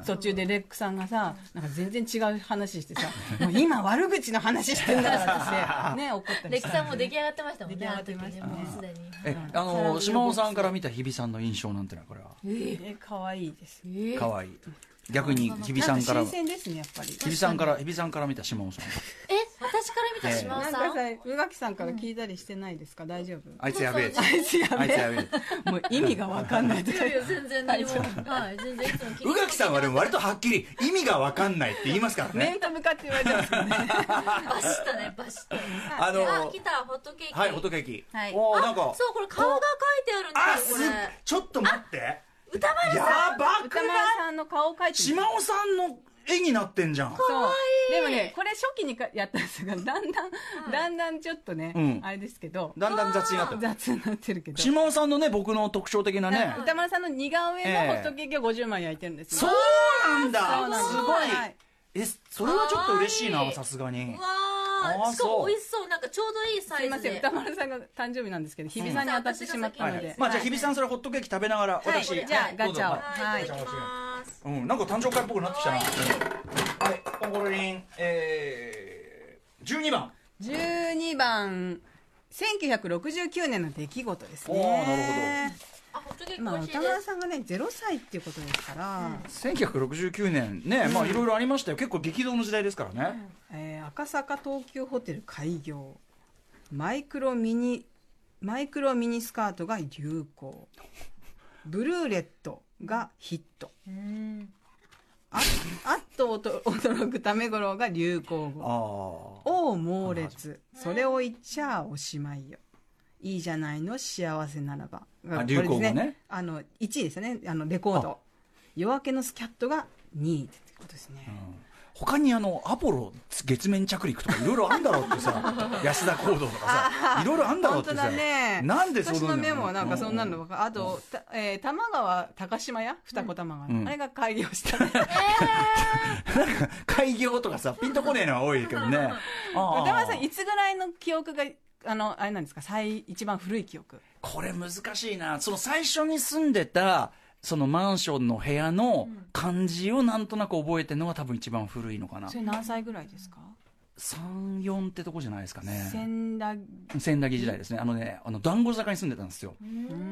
[SPEAKER 4] て、途中でレックさんがさなんか全然違う話してさもう今悪口の話してん だからってね怒ったり
[SPEAKER 3] 歴史
[SPEAKER 4] した
[SPEAKER 3] さんもう出来上がってましたもんね
[SPEAKER 4] 出来上がってましたね
[SPEAKER 3] あの時ねもうすでに
[SPEAKER 2] え、あ
[SPEAKER 3] カラオ
[SPEAKER 2] の、
[SPEAKER 3] ケ
[SPEAKER 2] 島尾さんから見た日比さんの印象なんてのは、これは。
[SPEAKER 4] え可愛いですね
[SPEAKER 3] えー
[SPEAKER 2] 可愛い。逆に日比さんから
[SPEAKER 4] なんか新。鮮ですねやっぱり
[SPEAKER 2] 日比さんから、日比さんから見た島尾さん。
[SPEAKER 3] え私から見た島尾
[SPEAKER 4] なんか
[SPEAKER 3] さん、
[SPEAKER 4] さ宇垣さんから聞いたりしてないですか大丈夫
[SPEAKER 2] あいつやべえ。
[SPEAKER 3] そうそう
[SPEAKER 4] あいつや
[SPEAKER 2] あいつや
[SPEAKER 4] べ
[SPEAKER 2] べえ。
[SPEAKER 4] えもう意味がわかんないと
[SPEAKER 3] い
[SPEAKER 4] か
[SPEAKER 3] やいや全然何もはい全然いつも聞
[SPEAKER 2] 宇垣さんはでも割とはっきり意味がわかんないって言いますからね。
[SPEAKER 4] 面と向かって言われてます よね
[SPEAKER 3] バシッとねバシッと
[SPEAKER 2] あの
[SPEAKER 3] あ来たホットケーキ
[SPEAKER 2] はい、ホットケーキ。
[SPEAKER 4] はい
[SPEAKER 2] おー
[SPEAKER 3] あ
[SPEAKER 2] なんか。
[SPEAKER 3] そうこれ顔が書いて
[SPEAKER 2] あ、
[SPEAKER 3] あるんですすよこれ
[SPEAKER 2] ちょっと待って。
[SPEAKER 3] 歌丸
[SPEAKER 2] や
[SPEAKER 3] さん
[SPEAKER 2] ばく
[SPEAKER 4] 歌
[SPEAKER 2] ない
[SPEAKER 4] 丸さんの顔を描いてみる
[SPEAKER 2] 島尾さんの絵になってんじゃん。
[SPEAKER 4] そうでもねこれ初期にかやったんですがだんだん、だんだんちょっとね、
[SPEAKER 2] うん
[SPEAKER 4] あれですけど
[SPEAKER 2] だんだん雑になってる。
[SPEAKER 4] 雑になってるけど
[SPEAKER 2] 島尾さんのね、僕の特徴的なね。
[SPEAKER 4] 歌丸さんの似顔絵
[SPEAKER 2] ええ
[SPEAKER 4] のホットケーキを50枚焼いてるんです
[SPEAKER 2] そ
[SPEAKER 4] よ
[SPEAKER 2] うなん
[SPEAKER 4] そう
[SPEAKER 2] だ
[SPEAKER 4] なんです
[SPEAKER 2] すごい
[SPEAKER 4] はい
[SPEAKER 2] え、それはちょっと嬉しい
[SPEAKER 3] か
[SPEAKER 2] な
[SPEAKER 3] わ、いい
[SPEAKER 2] さすがに
[SPEAKER 3] う。わ
[SPEAKER 2] あ
[SPEAKER 3] あしか
[SPEAKER 2] そう
[SPEAKER 3] も美味しそうなんかちょうどいいサ
[SPEAKER 4] すい
[SPEAKER 3] イ
[SPEAKER 4] ま
[SPEAKER 3] ズ
[SPEAKER 4] せん
[SPEAKER 3] で
[SPEAKER 4] 歌丸さんが誕生日なんですけど日比さんに当たってしまった
[SPEAKER 2] は
[SPEAKER 4] の
[SPEAKER 2] い
[SPEAKER 4] で、
[SPEAKER 2] まあじゃあ、
[SPEAKER 4] はい
[SPEAKER 2] 日比さんそれホットケーキ食べながら、
[SPEAKER 4] はい
[SPEAKER 2] 私。
[SPEAKER 4] じゃあ
[SPEAKER 2] どうぞ
[SPEAKER 4] ガチャを
[SPEAKER 3] はいいただき
[SPEAKER 2] はい
[SPEAKER 3] ます
[SPEAKER 2] うん、なんか誕生会っぽくなってきたな。
[SPEAKER 3] か
[SPEAKER 2] はい、コンコロリン、えー、12番。
[SPEAKER 4] 12番1969年の出来事ですね
[SPEAKER 2] おーな
[SPEAKER 4] る
[SPEAKER 3] あホットケーキ美
[SPEAKER 4] まあ
[SPEAKER 3] 味しいで
[SPEAKER 4] 歌丸
[SPEAKER 3] す
[SPEAKER 4] さんがね0歳っていうことですから、
[SPEAKER 2] 1969年ね、まあいろいろありましたよ。結構激動の時代ですからね。
[SPEAKER 4] えー赤坂東急ホテル開業マイクロミニマイクロミニスカートが流行ブルーレットがヒット
[SPEAKER 3] うん
[SPEAKER 4] ああっと驚くためごろが流行語
[SPEAKER 2] ああ。
[SPEAKER 4] おう猛烈それを言っちゃおしまいよいいじゃないの幸せならば
[SPEAKER 2] あ
[SPEAKER 4] これ
[SPEAKER 2] 流行語ね
[SPEAKER 4] ですあの1位ですよねあのレコード夜明けのスキャットが2位ってことですね、
[SPEAKER 2] 他にあのアポロ月面着陸とかいろいろあんだろうって さ安田講堂とかさいろいろあんだろう
[SPEAKER 4] 本
[SPEAKER 2] ってさ
[SPEAKER 4] 当だね
[SPEAKER 2] なんでそう
[SPEAKER 4] 私
[SPEAKER 2] な
[SPEAKER 4] の
[SPEAKER 2] ん
[SPEAKER 4] メモはなんかそんなのばっかあと、たえー、玉川高島屋二子玉川、
[SPEAKER 2] うん
[SPEAKER 4] あれが開業 したね
[SPEAKER 2] 開業とか さピンとこねえのは多いけどねああ
[SPEAKER 4] 歌丸さんいつぐらいの記憶があのあれなんですか最一番古い記憶
[SPEAKER 2] これ難しいなその最初に住んでたそのマンションの部屋の感じをなんとなく覚えてるのが多分一番古いのかな
[SPEAKER 4] それ何歳ぐらいですか
[SPEAKER 2] 34ってとこじゃないですかね
[SPEAKER 4] 千駄
[SPEAKER 2] 千駄木時代ですねあのねあの団子坂に住んでたんですよ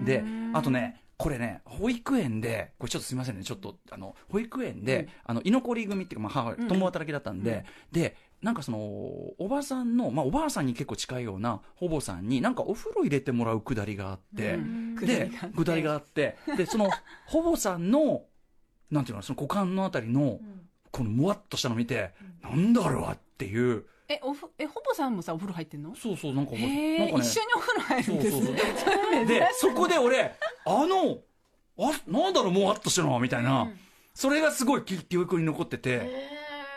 [SPEAKER 2] であとねこれね保育園でこれちょっとすみませんねちょっとあの保育園で、あの居残り組っていうか、まあ、母
[SPEAKER 4] ん
[SPEAKER 2] 共働きだったんで、でなんかそのおばさんの、まあ、おばあさんに結構近いような保母さんになんかお風呂入れてもらうくだりがあって、
[SPEAKER 4] うん
[SPEAKER 2] でくだりがあってでその保母さんのなんていうのその股間のあたりの、このもわっとしたの見て、なんだあれはっていう
[SPEAKER 4] えおふえほぼさんもさお風呂入ってんの
[SPEAKER 2] そうそうなんか
[SPEAKER 4] へ
[SPEAKER 2] 覚えてなん
[SPEAKER 4] え、
[SPEAKER 2] かね
[SPEAKER 4] 一緒にお風呂入るんですね
[SPEAKER 2] そうそう
[SPEAKER 4] それ珍しい
[SPEAKER 2] で、そこで俺、あの、あ、なんだろう、もわっとしてるのみたいな、それがすごい記記憶に残ってて、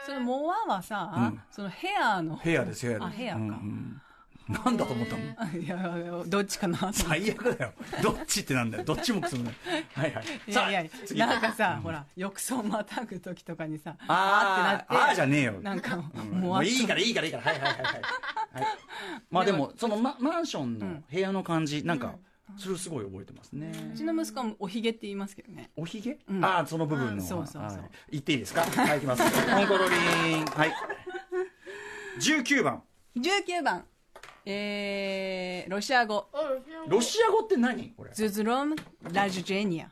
[SPEAKER 4] そのモアはさ、
[SPEAKER 2] うん
[SPEAKER 4] そのヘアの
[SPEAKER 2] 部屋です、部屋です。
[SPEAKER 4] あ部屋か
[SPEAKER 2] うんうんなんだと思ったの
[SPEAKER 4] いやどっちかなと思って
[SPEAKER 2] 最悪だよ。どっちってなんだよ。どっちもくそもない。はいはいい。さ
[SPEAKER 4] やいや
[SPEAKER 2] あ、次。
[SPEAKER 4] なんかさ、ほら、浴槽またぐ時とかにさ、
[SPEAKER 2] あー
[SPEAKER 4] ーってなって。
[SPEAKER 2] あーじゃねえよ
[SPEAKER 4] なんか、
[SPEAKER 2] うん
[SPEAKER 4] も
[SPEAKER 2] も
[SPEAKER 4] わっ
[SPEAKER 2] う
[SPEAKER 4] と
[SPEAKER 2] いいから、いいから、いいから。はいはいはいはい。はいまあでも、そのママンションの部屋の感じ、なんか、それをすごい覚えてますね。
[SPEAKER 4] うちの息子もおひげって言いますけどね。
[SPEAKER 2] おひげ、
[SPEAKER 4] ん
[SPEAKER 2] ああ、その部分の。
[SPEAKER 4] うんそうそうそう
[SPEAKER 2] はい言っていいですかはい、いきます。コンコロリン。はい。19番。
[SPEAKER 4] 19番、えーロシア語
[SPEAKER 2] ロシア語って何これ
[SPEAKER 4] ズズロムラジュジェニア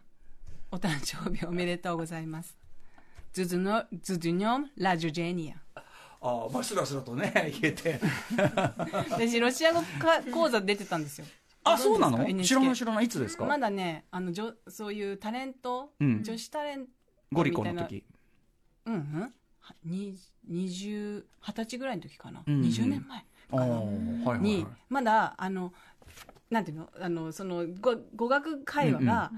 [SPEAKER 4] お誕生日おめでとうございますズズのズズニョムラジュジェニア
[SPEAKER 2] ああまあスラスラとね 言えて
[SPEAKER 4] 私ロシア語か講座出てたんですよ
[SPEAKER 2] あそうな
[SPEAKER 4] ご存知ですか
[SPEAKER 2] の知ら
[SPEAKER 4] NHK
[SPEAKER 2] ない知らないいつですか、
[SPEAKER 4] まだねあのじょそういうタレント、
[SPEAKER 2] うん
[SPEAKER 4] 女子タレント
[SPEAKER 2] ゴリコの
[SPEAKER 4] みたい
[SPEAKER 2] 時
[SPEAKER 4] なうんうんはに二十二十歳ぐらいの時かな、
[SPEAKER 2] うんうん
[SPEAKER 4] 二十20年前
[SPEAKER 2] ああーはいはい、
[SPEAKER 4] に
[SPEAKER 2] はい、
[SPEAKER 4] まだあのなんていうのあのその語語学会話が、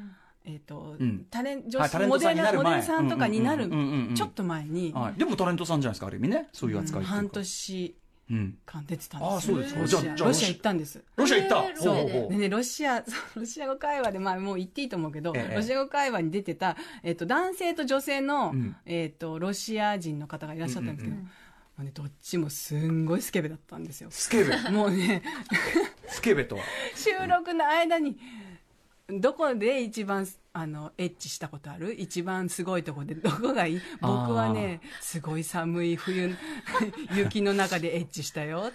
[SPEAKER 4] えっ、と、
[SPEAKER 2] うん
[SPEAKER 4] タレン
[SPEAKER 2] はいタ
[SPEAKER 4] 女子
[SPEAKER 2] レント
[SPEAKER 4] モデ
[SPEAKER 2] さん
[SPEAKER 4] ル
[SPEAKER 2] にな
[SPEAKER 4] な
[SPEAKER 2] る
[SPEAKER 4] モデ
[SPEAKER 2] 前
[SPEAKER 4] ルさんとかになる
[SPEAKER 2] うんうんうんうんうん
[SPEAKER 4] ちょっと前に、
[SPEAKER 2] はい、でもタレントさんじゃないですかある意味ねそういう扱いっていうか
[SPEAKER 4] 半年間出てたんです
[SPEAKER 2] あそうですか
[SPEAKER 4] ロ
[SPEAKER 2] じゃあ
[SPEAKER 4] シア
[SPEAKER 2] じゃあ
[SPEAKER 4] ロシア行ったんです
[SPEAKER 2] ロシア行った、
[SPEAKER 3] えーロシアで
[SPEAKER 2] ほうほうほう
[SPEAKER 4] でね、ロシア、 ロシア語会話で、まあもう言っていいと思うけど、
[SPEAKER 2] ええ
[SPEAKER 4] ロシア語会話に出てた、えっと、男性と女性の、
[SPEAKER 2] うん
[SPEAKER 4] えっと、ロシア人の方がいらっしゃったんですけど、
[SPEAKER 2] うん
[SPEAKER 4] もうね、どっちもすんごいスケベだったんですよ。
[SPEAKER 2] スケベ
[SPEAKER 4] もうね、
[SPEAKER 2] スケベとは
[SPEAKER 4] 収録の間に、どこで一番、あの、エッチしたことある一番すごいとこで、どこがいい
[SPEAKER 2] あー
[SPEAKER 4] 僕はね、すごい寒い冬、 雪の中でエッチしたよ。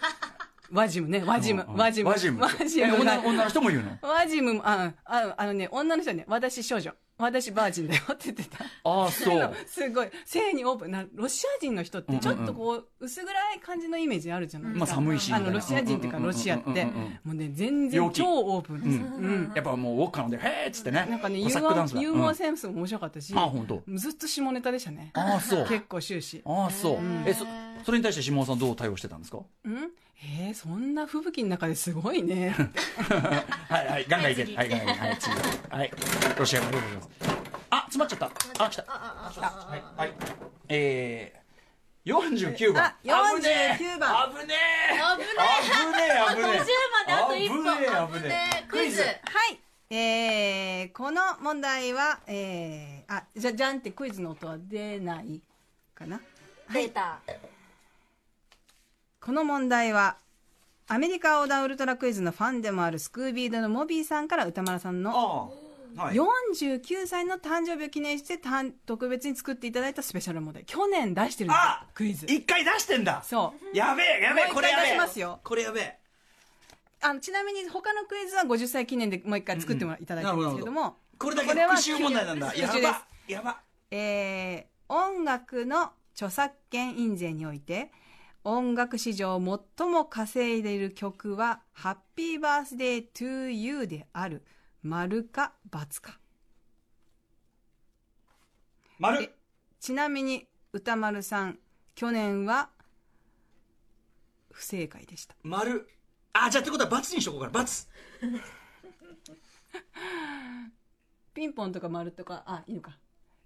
[SPEAKER 4] ワジムね、ワジム
[SPEAKER 2] うん、うん
[SPEAKER 4] ワジム。
[SPEAKER 2] ワジム
[SPEAKER 4] ワジム
[SPEAKER 2] え
[SPEAKER 4] が
[SPEAKER 2] 女女の人も言うの
[SPEAKER 4] ワジムも、あ、ああのね、女の人はね、私少女、私バージンだよって言ってた。
[SPEAKER 2] ああ そ
[SPEAKER 4] そう
[SPEAKER 2] う
[SPEAKER 4] すごい、性にオープンな、ロシア人の人ってちょっとこう、薄暗い感じのイメージあるじゃないです
[SPEAKER 2] まあ
[SPEAKER 4] か。
[SPEAKER 2] 寒いしみ
[SPEAKER 4] あ
[SPEAKER 2] たいな
[SPEAKER 4] の、ロシア人っていうか、
[SPEAKER 2] うんうんう
[SPEAKER 4] ロ
[SPEAKER 2] んうん
[SPEAKER 4] シアって、
[SPEAKER 2] うん
[SPEAKER 4] も
[SPEAKER 2] うんうん
[SPEAKER 4] うね、
[SPEAKER 2] 陽
[SPEAKER 4] 全然
[SPEAKER 2] 気
[SPEAKER 4] 超オープンです。
[SPEAKER 2] う
[SPEAKER 4] うん
[SPEAKER 2] やっぱもうウォッカ飲んで「へーっつってね
[SPEAKER 4] なんかね、ユ
[SPEAKER 2] コ
[SPEAKER 4] ー
[SPEAKER 2] サック
[SPEAKER 4] モ
[SPEAKER 2] ダ
[SPEAKER 4] ア
[SPEAKER 2] ンスだ
[SPEAKER 4] ユーモア
[SPEAKER 2] うん
[SPEAKER 4] センスも面白かったし、
[SPEAKER 2] あ本当
[SPEAKER 4] ずっと下ネタでしたね。
[SPEAKER 2] あそう
[SPEAKER 4] 結構終始。
[SPEAKER 2] ああそうえそそれに対して下尾さんどう対応してたんですか
[SPEAKER 4] うんえー、そんな吹雪の中ですごい ね。
[SPEAKER 2] はいはいガンガンいけはいガンガンはい次はいロシア語でございますあ詰まっちゃったあ来たあはいはいえー49番
[SPEAKER 4] あ49番
[SPEAKER 2] 危ねえ
[SPEAKER 3] 危ね
[SPEAKER 2] え危ねえ危ねえ
[SPEAKER 3] 50まであと一歩
[SPEAKER 2] 危ねえ危
[SPEAKER 3] 危ね
[SPEAKER 2] ね
[SPEAKER 3] え
[SPEAKER 2] え
[SPEAKER 3] クイズ
[SPEAKER 4] はい。えー、この問題は、えー、あ、じゃ、じゃんってクイズの音は出ないかな。
[SPEAKER 3] データ
[SPEAKER 4] この問題は、アメリカ横断ウルトラクイズのファンでもあるスクービードのモビーさんから歌丸さんの
[SPEAKER 2] ああはい
[SPEAKER 4] 49歳の誕生日を記念してたん特別に作っていただいたスペシャル問題。去年出してるんですよ
[SPEAKER 2] あ
[SPEAKER 4] クイズ。
[SPEAKER 2] 一回出してんだ
[SPEAKER 4] そう。
[SPEAKER 2] やべえやべえ
[SPEAKER 4] もう一回
[SPEAKER 2] これやべえ
[SPEAKER 4] 出しますよ
[SPEAKER 2] これやべえ
[SPEAKER 4] あのちなみに他のクイズは50歳記念でもう一回作ってもらいただいたんですけども、
[SPEAKER 2] これだけ
[SPEAKER 4] これは
[SPEAKER 2] 復習問題なんだ
[SPEAKER 4] 復
[SPEAKER 2] や
[SPEAKER 4] 習です
[SPEAKER 2] ばやば
[SPEAKER 4] えー音楽の著作権印税において音楽史上最も稼いでいる曲は「ハッピーバースデートゥーユーである丸か×か
[SPEAKER 2] 丸
[SPEAKER 4] ちなみに歌丸さん去年は不正解でした
[SPEAKER 2] 丸あじゃあってことは罰にしとこうから罰
[SPEAKER 4] ピンポンとか丸とかあいいのか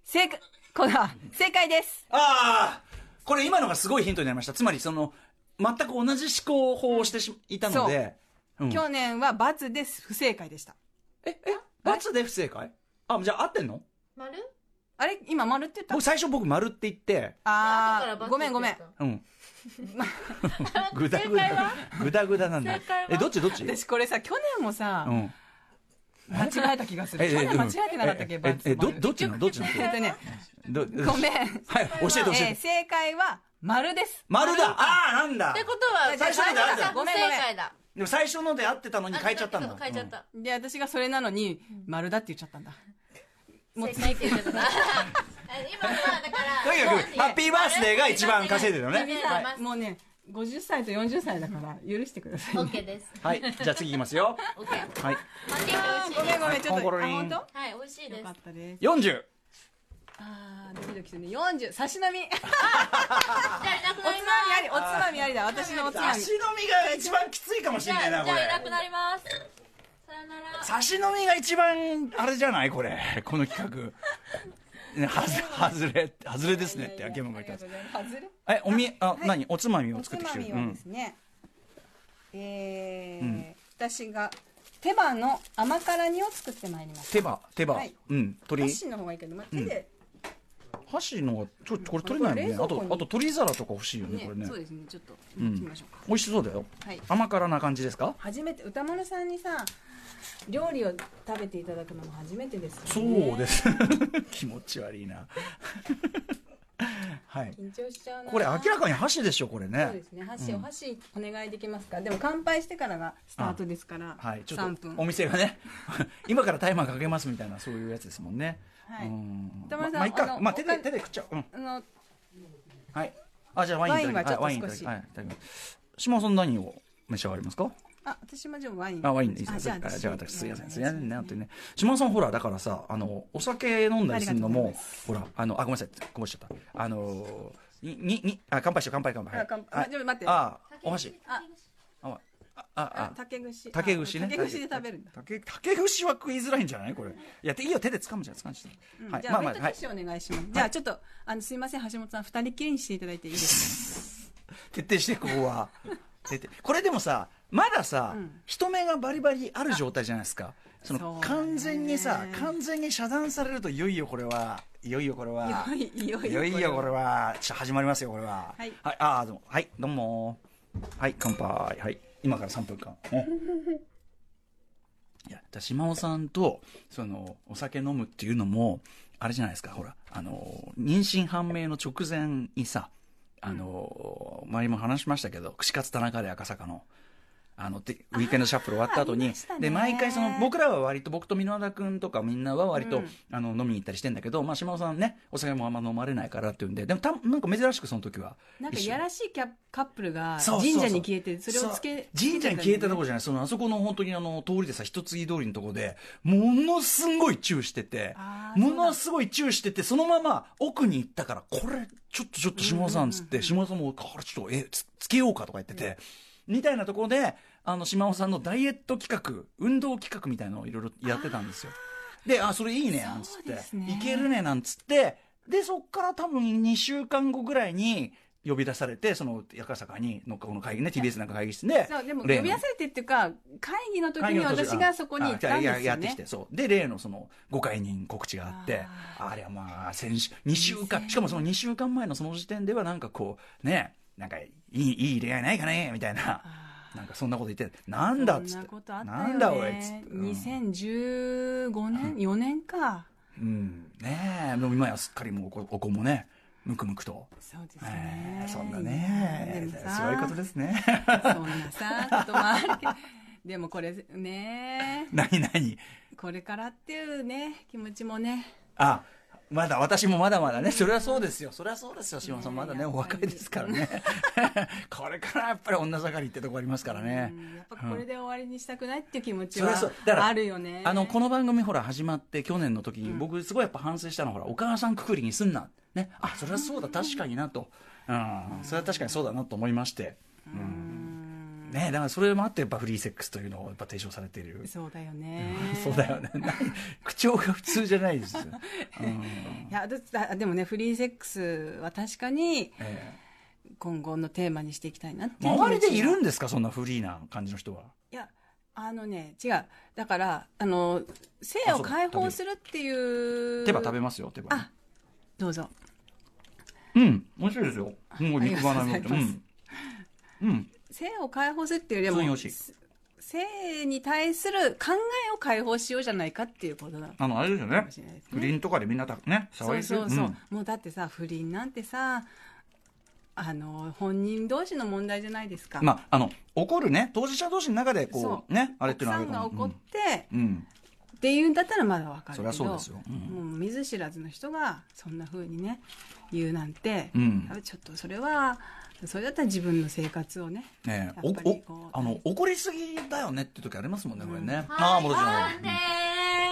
[SPEAKER 4] 正解これは正解です
[SPEAKER 2] ああこれ今のがすごいヒントになりましたつまりその全く同じ思考法をしてしいたのでうん
[SPEAKER 4] 去年は×です不正解でした
[SPEAKER 2] ええ罰で不正解あじゃあ合ってんの
[SPEAKER 3] 丸
[SPEAKER 4] あれ今丸って言った
[SPEAKER 2] 僕最初僕丸って言って
[SPEAKER 3] 後から
[SPEAKER 4] あ
[SPEAKER 3] バ
[SPEAKER 4] あ
[SPEAKER 3] ツ
[SPEAKER 4] ごめんごめん
[SPEAKER 3] って
[SPEAKER 2] うん
[SPEAKER 3] 言
[SPEAKER 2] ぐ
[SPEAKER 3] った
[SPEAKER 2] だ
[SPEAKER 3] 正
[SPEAKER 2] ぐ
[SPEAKER 3] 解は
[SPEAKER 2] だぐだぐだなんだ
[SPEAKER 3] 正解は
[SPEAKER 2] えどっちどっち
[SPEAKER 4] 私これさ去年もさ、
[SPEAKER 2] うん
[SPEAKER 4] 間違えた気がす
[SPEAKER 2] え
[SPEAKER 4] る。
[SPEAKER 2] え
[SPEAKER 4] 去
[SPEAKER 2] う
[SPEAKER 4] 年
[SPEAKER 2] ん
[SPEAKER 4] 間違えてなかったっけ、
[SPEAKER 2] え
[SPEAKER 4] バツ
[SPEAKER 2] えどどっちなのどっちな
[SPEAKER 4] えっとね、
[SPEAKER 2] のど
[SPEAKER 4] ごめん。
[SPEAKER 2] はい教えて教え
[SPEAKER 4] えー
[SPEAKER 2] て
[SPEAKER 4] 正解は、丸です。
[SPEAKER 2] 丸だああーなんだ
[SPEAKER 3] ってことは
[SPEAKER 2] 最初ので合ってた
[SPEAKER 3] ごめんごめん正解だ
[SPEAKER 2] でも最初ので合ってたのに変えちゃったんだ
[SPEAKER 3] 変えちゃった
[SPEAKER 4] で、私がそれなのに、丸だって言っちゃったんだ。もう
[SPEAKER 3] 正解って言っちゃ ったな今のはだから
[SPEAKER 2] とにかくハッピーバースデーが一番稼いでるのね
[SPEAKER 3] 次
[SPEAKER 2] はい
[SPEAKER 3] は
[SPEAKER 4] もうね、50歳と40歳だから、許してください、
[SPEAKER 3] オ
[SPEAKER 4] ね。
[SPEAKER 3] ッケーです
[SPEAKER 2] はいじゃあ次いきますよ
[SPEAKER 3] オッケー
[SPEAKER 2] はい
[SPEAKER 3] パンケーキ美味しい
[SPEAKER 4] ごめんごめん、ちょ
[SPEAKER 2] コ
[SPEAKER 4] っ
[SPEAKER 2] ンコ
[SPEAKER 4] と、
[SPEAKER 2] ロ
[SPEAKER 4] あ、
[SPEAKER 2] リン
[SPEAKER 4] 本当よ
[SPEAKER 3] はい美味しいです
[SPEAKER 4] かったです。
[SPEAKER 2] 40
[SPEAKER 4] あー、ドキドキするね。40、差し飲み。
[SPEAKER 3] じゃあいな
[SPEAKER 4] おつ
[SPEAKER 3] く
[SPEAKER 4] ま
[SPEAKER 3] な
[SPEAKER 4] み
[SPEAKER 3] り
[SPEAKER 4] あり、おつまみありだ。私のおつま
[SPEAKER 2] 差
[SPEAKER 4] み
[SPEAKER 2] し。飲みが一番きついかもし
[SPEAKER 3] じ
[SPEAKER 2] れ
[SPEAKER 3] ゃ
[SPEAKER 2] ないな
[SPEAKER 3] あじ
[SPEAKER 2] こ
[SPEAKER 3] ゃ
[SPEAKER 2] れ
[SPEAKER 3] あいなくなりますさよなら
[SPEAKER 2] 差し飲みが一番あれじゃないこれ この企画 ねはず外れ外れですねってゲームが言ってます
[SPEAKER 4] 外れ
[SPEAKER 2] えおみあ何おつまみ
[SPEAKER 4] お
[SPEAKER 2] を
[SPEAKER 4] つ
[SPEAKER 2] 作って
[SPEAKER 4] ま
[SPEAKER 2] きて
[SPEAKER 4] み
[SPEAKER 2] る
[SPEAKER 4] はですね、えー私が手羽の甘辛煮を作ってまいりました
[SPEAKER 2] 手羽手羽
[SPEAKER 4] はい
[SPEAKER 2] うん鶏
[SPEAKER 4] 箸の方がいいけど、まあ、手で、
[SPEAKER 2] 箸のがちょこれ取れないよねあ
[SPEAKER 4] これ冷蔵庫
[SPEAKER 2] と
[SPEAKER 4] に
[SPEAKER 2] あと鶏皿とか欲しいよね
[SPEAKER 4] ね
[SPEAKER 2] これね
[SPEAKER 4] そうですねちょっと
[SPEAKER 2] ん
[SPEAKER 4] 行きましょうか、
[SPEAKER 2] 美味しそうだよ
[SPEAKER 4] はい
[SPEAKER 2] 甘辛な感じですか
[SPEAKER 4] 初めて歌丸さんにさ料理を食べていただくのも 初めてですよ
[SPEAKER 2] そう
[SPEAKER 4] ね
[SPEAKER 2] です気持ち悪いな はい、
[SPEAKER 4] 緊張しちゃうな
[SPEAKER 2] これ明らかに箸でしょこれ
[SPEAKER 4] そう
[SPEAKER 2] ね
[SPEAKER 4] ですね箸、お箸お願いできますかでも乾杯してからがスタートですから、
[SPEAKER 2] はいちょ
[SPEAKER 4] 3
[SPEAKER 2] っと
[SPEAKER 4] 分
[SPEAKER 2] お店がね 今からタイマーかけますみたいなそういうやつですもんね
[SPEAKER 4] はい
[SPEAKER 2] うん
[SPEAKER 4] 歌
[SPEAKER 2] ま
[SPEAKER 4] 丸さん
[SPEAKER 2] まあいっ
[SPEAKER 4] あ
[SPEAKER 2] か
[SPEAKER 4] の
[SPEAKER 2] まあ手で
[SPEAKER 4] お金
[SPEAKER 2] 手で食っちゃおう、うん、
[SPEAKER 4] あの
[SPEAKER 2] はいあじゃあワインいただき
[SPEAKER 4] ワインはちょっと
[SPEAKER 2] い
[SPEAKER 4] 少し
[SPEAKER 2] はいいただきます島尾さん何を召し上がりますか
[SPEAKER 4] あ私もじゃあワイン
[SPEAKER 2] あ、ワインでいい
[SPEAKER 4] あ
[SPEAKER 2] です
[SPEAKER 4] じゃ
[SPEAKER 2] かあ
[SPEAKER 4] あ。私
[SPEAKER 2] じゃあ、私、すいません、すい
[SPEAKER 4] お
[SPEAKER 2] ま
[SPEAKER 4] 願
[SPEAKER 2] せ
[SPEAKER 4] し
[SPEAKER 2] んね、
[SPEAKER 4] ま
[SPEAKER 2] 本当にね。島尾さん、ほら、だからさ、あの、お酒飲んだりするの
[SPEAKER 4] あり
[SPEAKER 2] も
[SPEAKER 4] がとうございま、
[SPEAKER 2] ほら、あの、あ、ごめんなさい、こぼしちゃった。あの、に、に、に、あ、乾杯しよう、乾杯、乾杯。
[SPEAKER 4] あ乾杯
[SPEAKER 2] はい
[SPEAKER 4] あちょっと待って
[SPEAKER 2] あ、お箸。
[SPEAKER 4] あ
[SPEAKER 2] あ、あ、あ、あ
[SPEAKER 4] 竹串
[SPEAKER 2] 竹串ね。
[SPEAKER 4] あ竹串で食べるんだ、
[SPEAKER 2] 竹竹串は食いづらいんじゃないこれ。いや、いいよ、手で掴むじゃん、掴んじゃ。
[SPEAKER 4] うんん
[SPEAKER 2] はい
[SPEAKER 4] じ、ゃ
[SPEAKER 2] ま
[SPEAKER 4] あ
[SPEAKER 2] あ
[SPEAKER 4] ウェ
[SPEAKER 2] ま
[SPEAKER 4] ッ
[SPEAKER 2] あ、
[SPEAKER 4] トティ
[SPEAKER 2] はい
[SPEAKER 4] ッ。シュお願いします、じゃあちょっとあのすいません橋本さん二人きりにしていただいていいです
[SPEAKER 2] 徹底して、ここ は。徹底これでもさ、まださ、人目がバリバリある状態じゃないですか。そ
[SPEAKER 4] そう
[SPEAKER 2] の、
[SPEAKER 4] ね
[SPEAKER 2] 完全にさ、完全に遮断されると、いよいよこれは、いよいよこれは。
[SPEAKER 4] かいよ
[SPEAKER 2] いよいよこれはちょっと始まりますよこれは
[SPEAKER 4] はい
[SPEAKER 2] ああどうもはいどうもはい乾杯はい今から3分間ねいやだ島尾さんとそのお酒飲むっていうのもあれじゃないですかほらあの妊娠判明の直前にさあの、前も話しましたけど串カツ田中で赤坂の。あのでウィークエンドシャッフル終わった後
[SPEAKER 4] あり
[SPEAKER 2] に
[SPEAKER 4] ましたね
[SPEAKER 2] で毎回その僕らは割と僕と箕輪田君とかみんなは割と、
[SPEAKER 4] うん
[SPEAKER 2] あの飲みに行ったりしてんだけど、まあ、島尾さんねお酒もあんま飲まれないからっていうんででもたなんか珍しくその時は
[SPEAKER 4] なんか
[SPEAKER 2] 一緒
[SPEAKER 4] いやらしいキャカップルが
[SPEAKER 2] そうそうそう
[SPEAKER 4] 神社に消えてそれをつけ
[SPEAKER 2] そう神社に消えたとこ
[SPEAKER 4] こ
[SPEAKER 2] じゃないそのあそこの本当にあの通りでさ一継ぎ通りのとこでものすごいチューしてて
[SPEAKER 4] あー
[SPEAKER 2] ものすごいチューしててそのまま奥に行ったからこれちょっとちょっと島尾さんっつって、島尾さんもこれちょっとえつつけようかとか言ってて、みたいなところであの島尾さんのダイエット企画運動企画みたいなのをいろいろやってたんですよであそれいいねなんつっ
[SPEAKER 4] そう
[SPEAKER 2] て
[SPEAKER 4] ですね
[SPEAKER 2] いけるねなんつってでそっから多分2週間後ぐらいに呼び出されてその赤坂にのこの会議ね TBS なんか会議室で
[SPEAKER 4] そうでも呼び
[SPEAKER 2] 例の
[SPEAKER 4] 出されてっていうか会議の時
[SPEAKER 2] 会議
[SPEAKER 4] に
[SPEAKER 2] の途中
[SPEAKER 4] 私がそこに行ったんですよ
[SPEAKER 2] あ
[SPEAKER 4] ね
[SPEAKER 2] ややってきてそうで例のその誤解人告知があって
[SPEAKER 4] あ
[SPEAKER 2] あれはまあ先週2週間しかもその2週間前のその時点ではなんかこうねなんかいいいい恋愛ないかねみたいななんかそんなこと言ってなんだっつ
[SPEAKER 4] そん
[SPEAKER 2] っ
[SPEAKER 4] な
[SPEAKER 2] て
[SPEAKER 4] ことあったよね
[SPEAKER 2] なんだおいっつって、うん
[SPEAKER 4] 2015年4年か
[SPEAKER 2] うんねえでも今やすっかりもうお子お子もねむくむくと、
[SPEAKER 4] そうです
[SPEAKER 2] え
[SPEAKER 4] ね
[SPEAKER 2] えそんなね
[SPEAKER 4] でもさ
[SPEAKER 2] そういうことですね
[SPEAKER 4] そんなさこともあるけどでもこれね
[SPEAKER 2] 何何
[SPEAKER 4] これからっていうね気持ちもね
[SPEAKER 2] あまだ私もまだまだねそれはそうですよそれはそうですよ島尾さん
[SPEAKER 4] ねえ
[SPEAKER 2] まだね
[SPEAKER 4] やっ
[SPEAKER 2] お
[SPEAKER 4] ぱり
[SPEAKER 2] 若いですから ねこれからやっぱり女盛りってとこありますからね
[SPEAKER 4] うんやっぱこれで終わりにしたくないっていう気持ち
[SPEAKER 2] それ
[SPEAKER 4] は
[SPEAKER 2] はそうだから
[SPEAKER 4] あるよね
[SPEAKER 2] あのこの番組ほら始まって去年の時に僕すごいやっぱ反省したのはほらお母さんくくりにすんなねあそれはそうだ確かになとうんそれは確かにそうだなと思いましてうんねだからそれもあってやっぱフリーセックスというのをやっぱ提唱されている
[SPEAKER 4] そうだよね
[SPEAKER 2] そうだよね 口調が普通じゃないです よ、うん
[SPEAKER 4] いや私あでもねフリーセックスは確かに
[SPEAKER 2] え
[SPEAKER 4] 今後のテーマにしていきたいなって
[SPEAKER 2] え
[SPEAKER 4] いう
[SPEAKER 2] 周りでいる
[SPEAKER 4] い
[SPEAKER 2] んですかそんなフリーな感じの人は
[SPEAKER 4] やあのね違うだからあの性
[SPEAKER 2] あ
[SPEAKER 4] を
[SPEAKER 2] そうだ
[SPEAKER 4] 解放するっていう
[SPEAKER 2] 手羽食べますよ手羽
[SPEAKER 4] あどうぞ
[SPEAKER 2] うん美味しいですよもう
[SPEAKER 4] ありが
[SPEAKER 2] 肉
[SPEAKER 4] とうご
[SPEAKER 2] 離
[SPEAKER 4] ざ
[SPEAKER 2] れ
[SPEAKER 4] い
[SPEAKER 2] も
[SPEAKER 4] ます
[SPEAKER 2] うんうん
[SPEAKER 4] 性を解放するっていうよ
[SPEAKER 2] 普通に美
[SPEAKER 4] りも
[SPEAKER 2] 味しい
[SPEAKER 4] 性に対する考えを解放しようじゃないかっていうことなのか
[SPEAKER 2] あのあれですよね
[SPEAKER 4] もしれないです
[SPEAKER 2] 不
[SPEAKER 4] ね
[SPEAKER 2] 倫とかでみんなたね騒
[SPEAKER 4] そう
[SPEAKER 2] いでる
[SPEAKER 4] そうそう、
[SPEAKER 2] ん
[SPEAKER 4] もうだってさ不倫なんてさあの本人同士の問題じゃないですか、
[SPEAKER 2] まああの怒るね当事者同士の中でこ
[SPEAKER 4] そう
[SPEAKER 2] ねあれって
[SPEAKER 4] 奥
[SPEAKER 2] いうのは
[SPEAKER 4] さ
[SPEAKER 2] ある
[SPEAKER 4] ん
[SPEAKER 2] か
[SPEAKER 4] が
[SPEAKER 2] も
[SPEAKER 4] 怒って、
[SPEAKER 2] うんうん
[SPEAKER 4] っていうんだったらまだわかるけど
[SPEAKER 2] そりゃそうですようん
[SPEAKER 4] もう見ず知らずの人がそんなふうにね言うなんて、
[SPEAKER 2] うん
[SPEAKER 4] やっぱちょっとそれはそれだったら自分の生活をね
[SPEAKER 2] ねえお
[SPEAKER 4] やっぱりこう
[SPEAKER 2] おあの怒りすぎだよねって時ありますもんねこれねあ
[SPEAKER 3] は
[SPEAKER 2] あ
[SPEAKER 3] い
[SPEAKER 2] 戻っちゃ
[SPEAKER 3] そうです。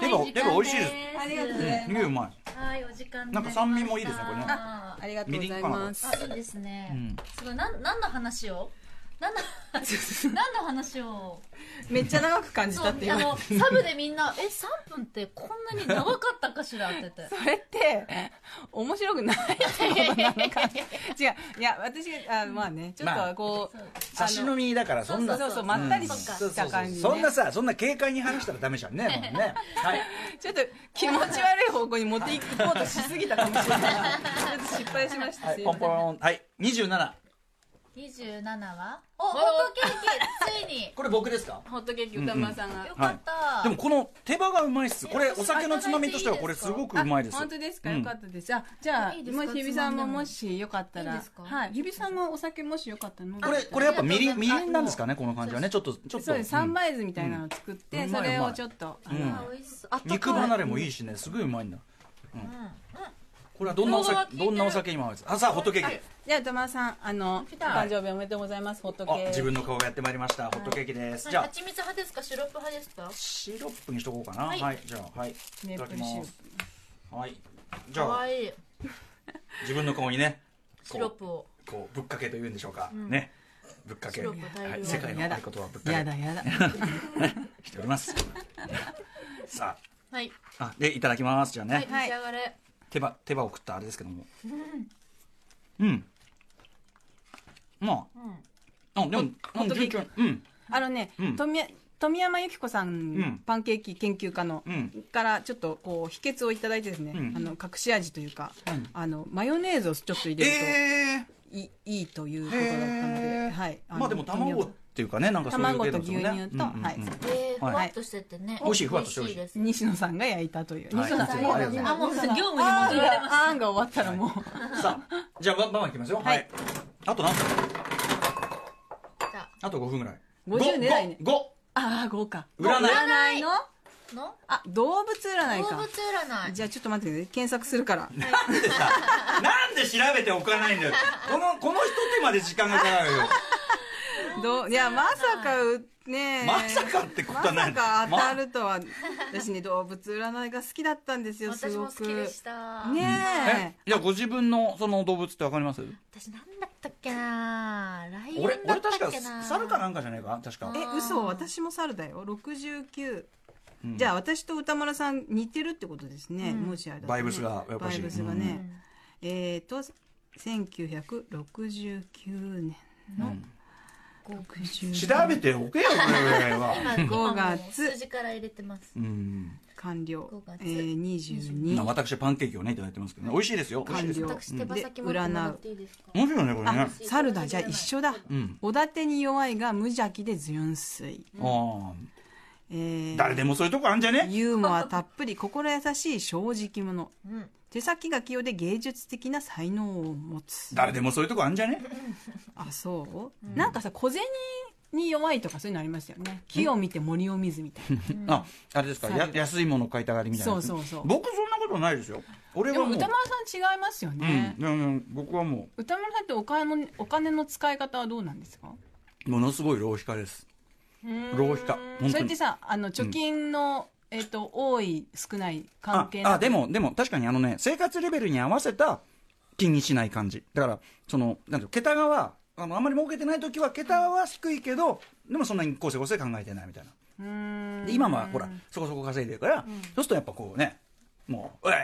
[SPEAKER 2] 手が
[SPEAKER 3] はい時間
[SPEAKER 2] 手が美味しいです
[SPEAKER 3] で
[SPEAKER 4] ありがとうございます
[SPEAKER 2] ういうまい
[SPEAKER 3] はい、お時間に
[SPEAKER 2] なんか酸味もいいですね
[SPEAKER 3] なりました
[SPEAKER 4] ありがとうございます
[SPEAKER 3] あ、いいですね。
[SPEAKER 2] うん
[SPEAKER 3] すごい、なん、何の話を。何の、 何の話を。
[SPEAKER 4] めっちゃ長く感じ
[SPEAKER 3] そ
[SPEAKER 4] た
[SPEAKER 3] う
[SPEAKER 4] ってい
[SPEAKER 3] あ
[SPEAKER 4] う
[SPEAKER 3] の、サブでみんな、え、三分って、こんなに長かったかしらってて。
[SPEAKER 4] それって面白くないってこと なのか違ういや私があまあねちょっとこう、
[SPEAKER 3] まあ
[SPEAKER 2] 差し飲みだからそんな
[SPEAKER 4] そうそうそうまったり
[SPEAKER 3] うん
[SPEAKER 4] し
[SPEAKER 2] そうそ
[SPEAKER 4] た
[SPEAKER 2] うそう
[SPEAKER 4] 感じ、ね
[SPEAKER 2] そんなさそんな軽快に話したらダメじゃんねもうねはい
[SPEAKER 4] ちょっと気持ち悪い方向に持っていこうとしすぎたかもしれない。ちょっと失敗しました。
[SPEAKER 2] は
[SPEAKER 4] す
[SPEAKER 2] い
[SPEAKER 4] い
[SPEAKER 2] ポ
[SPEAKER 4] ま
[SPEAKER 2] ン
[SPEAKER 4] せ
[SPEAKER 2] ポ
[SPEAKER 4] ん
[SPEAKER 2] ンはい27
[SPEAKER 3] 27はおホットケーキついに
[SPEAKER 6] これ僕ですか
[SPEAKER 7] ホットケーキ歌丸さんが、
[SPEAKER 3] よかった、
[SPEAKER 2] でもこの手羽がうまいっすこれお酒のつまみとしてはこれすごくうまいです
[SPEAKER 4] 本当ですか、
[SPEAKER 2] うん
[SPEAKER 4] よかったです。あ、じゃあ、
[SPEAKER 3] いいです
[SPEAKER 4] も
[SPEAKER 3] か
[SPEAKER 4] う日比さんも
[SPEAKER 3] つまんでも
[SPEAKER 4] もしよかったら。
[SPEAKER 3] いいですか
[SPEAKER 4] はい、日比さんもお酒もしよかったら飲んで
[SPEAKER 2] これこれやっぱみりんみりんなんですかねこの感じはねちょっとちょっと
[SPEAKER 4] そうです、
[SPEAKER 2] うん
[SPEAKER 4] 三杯酢みたいなのを作って、
[SPEAKER 2] うんう
[SPEAKER 4] それ
[SPEAKER 2] まいうま
[SPEAKER 4] を
[SPEAKER 2] い
[SPEAKER 4] ちょっと、あ
[SPEAKER 2] うん
[SPEAKER 4] の、
[SPEAKER 3] あ美味しそうあったかい
[SPEAKER 2] 肉離れもいいしねすごいうまいんだこれはどんなお
[SPEAKER 3] 動画は聞
[SPEAKER 2] 酒
[SPEAKER 3] いてる
[SPEAKER 2] どんなお酒今はあさあホットケーキ
[SPEAKER 4] じゃあ、歌丸さん、あの、お誕生日おめでとうございます。ホットケー
[SPEAKER 2] あ
[SPEAKER 4] キ。
[SPEAKER 2] 自分の顔やってまいりましたホットケーキです
[SPEAKER 3] じ
[SPEAKER 2] じ
[SPEAKER 3] ゃあ
[SPEAKER 2] ゃあ
[SPEAKER 3] 蜂蜜派ですかシロップ派ですか
[SPEAKER 2] シロップにしとこうかな
[SPEAKER 3] は
[SPEAKER 2] はいい、じゃあはいい
[SPEAKER 4] メ
[SPEAKER 2] た
[SPEAKER 4] ー
[SPEAKER 2] だ
[SPEAKER 4] プ
[SPEAKER 2] き
[SPEAKER 4] ルシ
[SPEAKER 2] ま
[SPEAKER 4] ロッ
[SPEAKER 2] すはいじ
[SPEAKER 3] か
[SPEAKER 2] ゃ
[SPEAKER 3] わ
[SPEAKER 2] あ
[SPEAKER 3] いい
[SPEAKER 2] 自分の顔にね
[SPEAKER 3] シロップを
[SPEAKER 2] こうぶっかけというんでしょうか、ねぶっかけ、
[SPEAKER 3] シロ
[SPEAKER 2] は
[SPEAKER 3] ップ大量
[SPEAKER 2] い、世界のあることはぶっ
[SPEAKER 4] プ。や
[SPEAKER 2] か
[SPEAKER 4] だやだ。
[SPEAKER 2] けしております さ
[SPEAKER 3] はい
[SPEAKER 2] ああでいただきますじゃあね、
[SPEAKER 3] はい召し上がれ
[SPEAKER 2] 手羽手羽を食ったあれですけどもうんまあ、あでも
[SPEAKER 4] ほんと
[SPEAKER 2] うん順調うん
[SPEAKER 4] あのね、
[SPEAKER 2] うん
[SPEAKER 4] 富山富山由紀子さん、
[SPEAKER 2] ん
[SPEAKER 4] パンケーキ研究家の、
[SPEAKER 2] うん
[SPEAKER 4] からちょっとこう秘訣をいただいてですね、
[SPEAKER 2] うん
[SPEAKER 4] あの隠し味というか、
[SPEAKER 2] ん
[SPEAKER 4] あのマヨネーズをちょっと入れると、
[SPEAKER 2] え
[SPEAKER 4] いいいということだったので、
[SPEAKER 2] へー
[SPEAKER 4] はい、
[SPEAKER 2] ー、
[SPEAKER 4] の
[SPEAKER 2] まあでも卵っていうかねなんかそういう
[SPEAKER 4] 卵
[SPEAKER 2] 系
[SPEAKER 4] と
[SPEAKER 2] だ
[SPEAKER 4] 牛
[SPEAKER 2] もん
[SPEAKER 4] 乳
[SPEAKER 2] ね
[SPEAKER 4] と、
[SPEAKER 2] うんうん
[SPEAKER 4] はい、
[SPEAKER 3] えー、ふわっとしててね、
[SPEAKER 2] 美味しいふわっとして美味しい
[SPEAKER 3] です
[SPEAKER 4] 西野さんが焼いたという、
[SPEAKER 2] はい
[SPEAKER 4] 西野さんが
[SPEAKER 2] ありがとうございます
[SPEAKER 3] あもう業務に戻
[SPEAKER 4] あ
[SPEAKER 3] られま
[SPEAKER 4] ーあーが終わったらもう、
[SPEAKER 2] さあじゃあバンバンいきますよはい、
[SPEAKER 4] はい
[SPEAKER 2] あと何分
[SPEAKER 3] した
[SPEAKER 2] あと5分ぐらい
[SPEAKER 4] 50狙いね
[SPEAKER 2] 5
[SPEAKER 4] ああ豪華
[SPEAKER 2] 占い
[SPEAKER 4] 占いの
[SPEAKER 3] の
[SPEAKER 4] あ動物占い
[SPEAKER 3] 動
[SPEAKER 4] か
[SPEAKER 3] 物占い
[SPEAKER 4] じゃあちょっと待ってね検索するから
[SPEAKER 2] なんでさ なんで調べておかないんだよこのこの一手まで時間がかかるよ
[SPEAKER 4] どういやまさかうねえ
[SPEAKER 2] まさかってこと
[SPEAKER 4] ま
[SPEAKER 2] はない
[SPEAKER 4] さか当た
[SPEAKER 2] ま
[SPEAKER 4] るとは、私ね動物占いが好きだったんですよす
[SPEAKER 3] 私
[SPEAKER 4] ご
[SPEAKER 3] も好
[SPEAKER 4] く
[SPEAKER 3] きでした、
[SPEAKER 4] ね
[SPEAKER 2] えじゃあご自分のその動物ってわかります
[SPEAKER 3] 私なんだったっけなライオン
[SPEAKER 2] 俺
[SPEAKER 3] だ
[SPEAKER 2] 俺
[SPEAKER 3] った
[SPEAKER 2] 確
[SPEAKER 3] っ
[SPEAKER 2] か
[SPEAKER 3] けな
[SPEAKER 2] 猿かなんかじゃないか確か
[SPEAKER 4] ええ嘘私も猿だよ69、じゃあ私と歌丸さん似てるってことですね、もしあれだとね
[SPEAKER 2] バイブスがやっぱし
[SPEAKER 4] バイブスがね、えっ、と1969年の69
[SPEAKER 2] 調べておけよこれぐらいは
[SPEAKER 4] 5月
[SPEAKER 3] 数字から入れてます
[SPEAKER 2] うん
[SPEAKER 4] 完了
[SPEAKER 3] 5月
[SPEAKER 4] えー、22
[SPEAKER 2] まあ私パンケーキをねいただいてますけどね美味しいですよ美味しい
[SPEAKER 4] 完
[SPEAKER 2] です
[SPEAKER 4] 了
[SPEAKER 2] よ
[SPEAKER 3] 私手羽先
[SPEAKER 4] で
[SPEAKER 3] 持ってもら
[SPEAKER 4] 占
[SPEAKER 3] っ
[SPEAKER 4] う
[SPEAKER 3] ていいですか
[SPEAKER 2] 面白いねこれね
[SPEAKER 4] 猿だじゃあ一緒だ、
[SPEAKER 2] うん
[SPEAKER 4] おだてに弱いが無邪気で純粋、
[SPEAKER 2] あ
[SPEAKER 4] えー
[SPEAKER 2] あ誰でもそういうとこあんじゃね
[SPEAKER 4] ユーモアたっぷり心優しい正直者
[SPEAKER 3] うん
[SPEAKER 4] 手先が器用で芸術的な才能を持つ
[SPEAKER 2] 誰でもそういうとこあんじゃね
[SPEAKER 4] あそう、なんかさ小銭に弱いとかそういうのありますよね木を見て森を見ずみたいな
[SPEAKER 2] ああれですか
[SPEAKER 4] 猿
[SPEAKER 2] や安いものを買いたがりみたいな
[SPEAKER 4] そうそうそう
[SPEAKER 2] 僕そんなことないですよ俺
[SPEAKER 4] で
[SPEAKER 2] は
[SPEAKER 4] も
[SPEAKER 2] もう
[SPEAKER 4] 歌丸さん違いますよ
[SPEAKER 2] う
[SPEAKER 4] ね
[SPEAKER 2] ん、いやいや僕はも
[SPEAKER 4] 歌丸さんってお金のお金の使い方はどうなんですか
[SPEAKER 2] うものすごい浪費家です浪費家本当
[SPEAKER 4] それっ
[SPEAKER 2] に
[SPEAKER 4] てさあの貯金の、えっと多い少ない関
[SPEAKER 2] あ
[SPEAKER 4] 係
[SPEAKER 2] あでもでも確かにあのね生活レベルに合わせた気にしない感じだからそのなんていうの桁がはあのあんまり儲けてない時は桁は低いけどでもそんなにこうせこうせ考えてないみたいな
[SPEAKER 4] うーん
[SPEAKER 2] で今はほらそこそこ稼いでるから、そうするとやっぱこうねもう「おい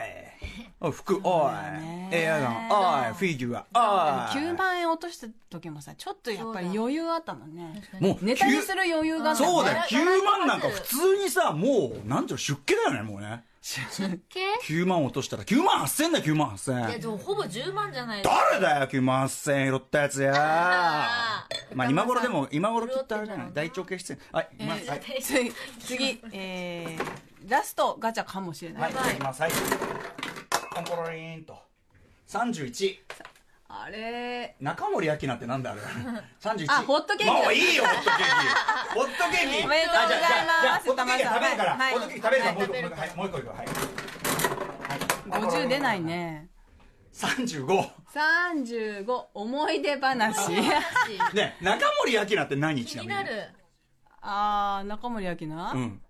[SPEAKER 2] おい服おい
[SPEAKER 4] ね
[SPEAKER 2] エアガンおいフィギュアおい
[SPEAKER 4] 9万円落とした時もさちょっとやっぱり余裕あったのね
[SPEAKER 2] もう
[SPEAKER 4] ネタにす
[SPEAKER 2] る
[SPEAKER 4] る余裕があった
[SPEAKER 2] そうだよ
[SPEAKER 3] ね
[SPEAKER 2] 9万なんか普通にさもうなんていうの出家だよねもうね
[SPEAKER 3] け
[SPEAKER 2] 9万落としたら9万8000だよ9万
[SPEAKER 3] いや
[SPEAKER 2] 8000
[SPEAKER 3] でもほぼ10万じゃないですか
[SPEAKER 2] 誰だよ9万8000拾ったやつやまあ今頃でも今頃きっとあれじゃない
[SPEAKER 3] 潤ってんだろうな
[SPEAKER 2] 大腸系出演はいいきますはい
[SPEAKER 4] 次次えー、ラストガチャかもしれない、
[SPEAKER 2] はいいただきますはいコンコロリーンと31
[SPEAKER 4] あれ
[SPEAKER 2] 中森明菜ってなんだあ れ31
[SPEAKER 4] あホットケーキだ
[SPEAKER 2] もういいよホットケー キホットケーキ
[SPEAKER 4] おめでとうございます
[SPEAKER 2] あじゃあじゃあホットケーキ食
[SPEAKER 4] 玉さん
[SPEAKER 2] べるから、
[SPEAKER 4] はい
[SPEAKER 2] ホットケーキ食べるから、
[SPEAKER 4] はい
[SPEAKER 2] もう一個はいもう一個いくはい
[SPEAKER 4] 50出ないね
[SPEAKER 2] 35
[SPEAKER 4] 35思い出 話
[SPEAKER 2] ね中森明菜って何ち
[SPEAKER 3] 気
[SPEAKER 2] な
[SPEAKER 3] に
[SPEAKER 2] み
[SPEAKER 3] な
[SPEAKER 2] に
[SPEAKER 3] る
[SPEAKER 4] あー中森明菜、
[SPEAKER 2] うん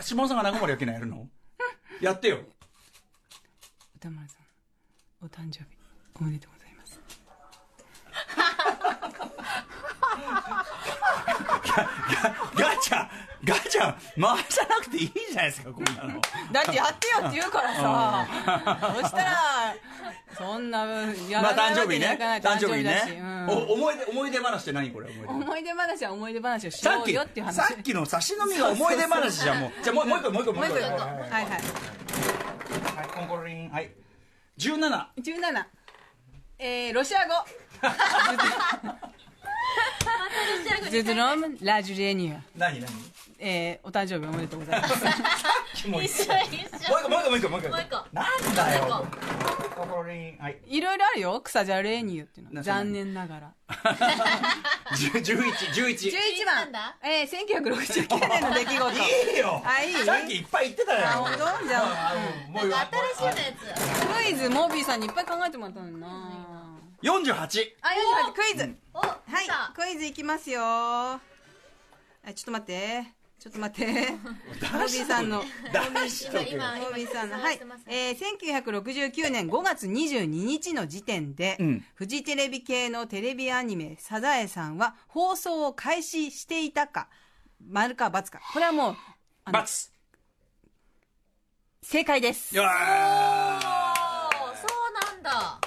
[SPEAKER 2] 下尾さんが中森明菜やる のやってよ
[SPEAKER 4] 歌丸さんお誕生日おめでとうございます
[SPEAKER 2] ガチャガチャ回さなくていいじゃないですかこんなの
[SPEAKER 4] だってやってよって言うから さそしたらそんなや
[SPEAKER 2] まあ
[SPEAKER 4] らない
[SPEAKER 2] 誕
[SPEAKER 4] わ
[SPEAKER 2] 生
[SPEAKER 4] け
[SPEAKER 2] 日
[SPEAKER 4] には
[SPEAKER 2] ね
[SPEAKER 4] いかない
[SPEAKER 2] 誕生
[SPEAKER 4] 誕生
[SPEAKER 2] 日
[SPEAKER 4] 日だし、
[SPEAKER 2] ね
[SPEAKER 4] うん
[SPEAKER 2] お思い出思い出話って何これ思い出話
[SPEAKER 4] 思い出話は思い出話をしよ
[SPEAKER 2] さっ
[SPEAKER 4] う
[SPEAKER 2] き
[SPEAKER 4] よっていう話
[SPEAKER 2] さっきの差し飲みが思い出話じゃんもうじゃあもうもう一個もう一個も
[SPEAKER 4] もう一個
[SPEAKER 2] は
[SPEAKER 4] はいい
[SPEAKER 2] はいはい
[SPEAKER 4] はい
[SPEAKER 2] はい、コンコロリン。はい。17。
[SPEAKER 4] 17えー、ロシア語ズズロムラジュレニュア、
[SPEAKER 2] 何何
[SPEAKER 4] えー、お誕生日おめでとうございます
[SPEAKER 2] もう一
[SPEAKER 3] 一緒
[SPEAKER 2] 回
[SPEAKER 3] 一
[SPEAKER 2] もう
[SPEAKER 3] 緒
[SPEAKER 2] 一個もう一個もう一個もう一
[SPEAKER 3] もう一個
[SPEAKER 2] 個なんだ
[SPEAKER 3] もう
[SPEAKER 2] よ心にはい
[SPEAKER 4] いろいろあるよ草じゃレニューっていうの
[SPEAKER 2] な
[SPEAKER 4] 残念ながら
[SPEAKER 2] 11、11
[SPEAKER 4] 11
[SPEAKER 3] 11
[SPEAKER 4] 番
[SPEAKER 3] 番
[SPEAKER 4] えー、1969年の出来事
[SPEAKER 2] いいよ
[SPEAKER 4] あいい
[SPEAKER 2] さっきいっぱい言ってたよ
[SPEAKER 4] あ本当じゃあ
[SPEAKER 2] うんも
[SPEAKER 3] な
[SPEAKER 2] うん
[SPEAKER 3] か新しいのやつ
[SPEAKER 4] クイズモービーさんにいっぱい考えてもらったのにな
[SPEAKER 2] 48
[SPEAKER 4] あよしクイズ、
[SPEAKER 3] おは
[SPEAKER 4] はいクイズいきますよあちょっと待ってちょっと待 ってモービーさんの
[SPEAKER 2] 出しとけ
[SPEAKER 3] 今
[SPEAKER 4] モービーさんの
[SPEAKER 3] 今
[SPEAKER 4] はい
[SPEAKER 3] 質問してます、
[SPEAKER 4] えー、1969年5月22日の時点で、
[SPEAKER 2] うん
[SPEAKER 4] フジテレビ系のテレビアニメ「サザエさん」は放送を開始していたか丸か×かこれはもうあの
[SPEAKER 2] バツ
[SPEAKER 4] 正解です
[SPEAKER 2] よー
[SPEAKER 3] おーそうなんだ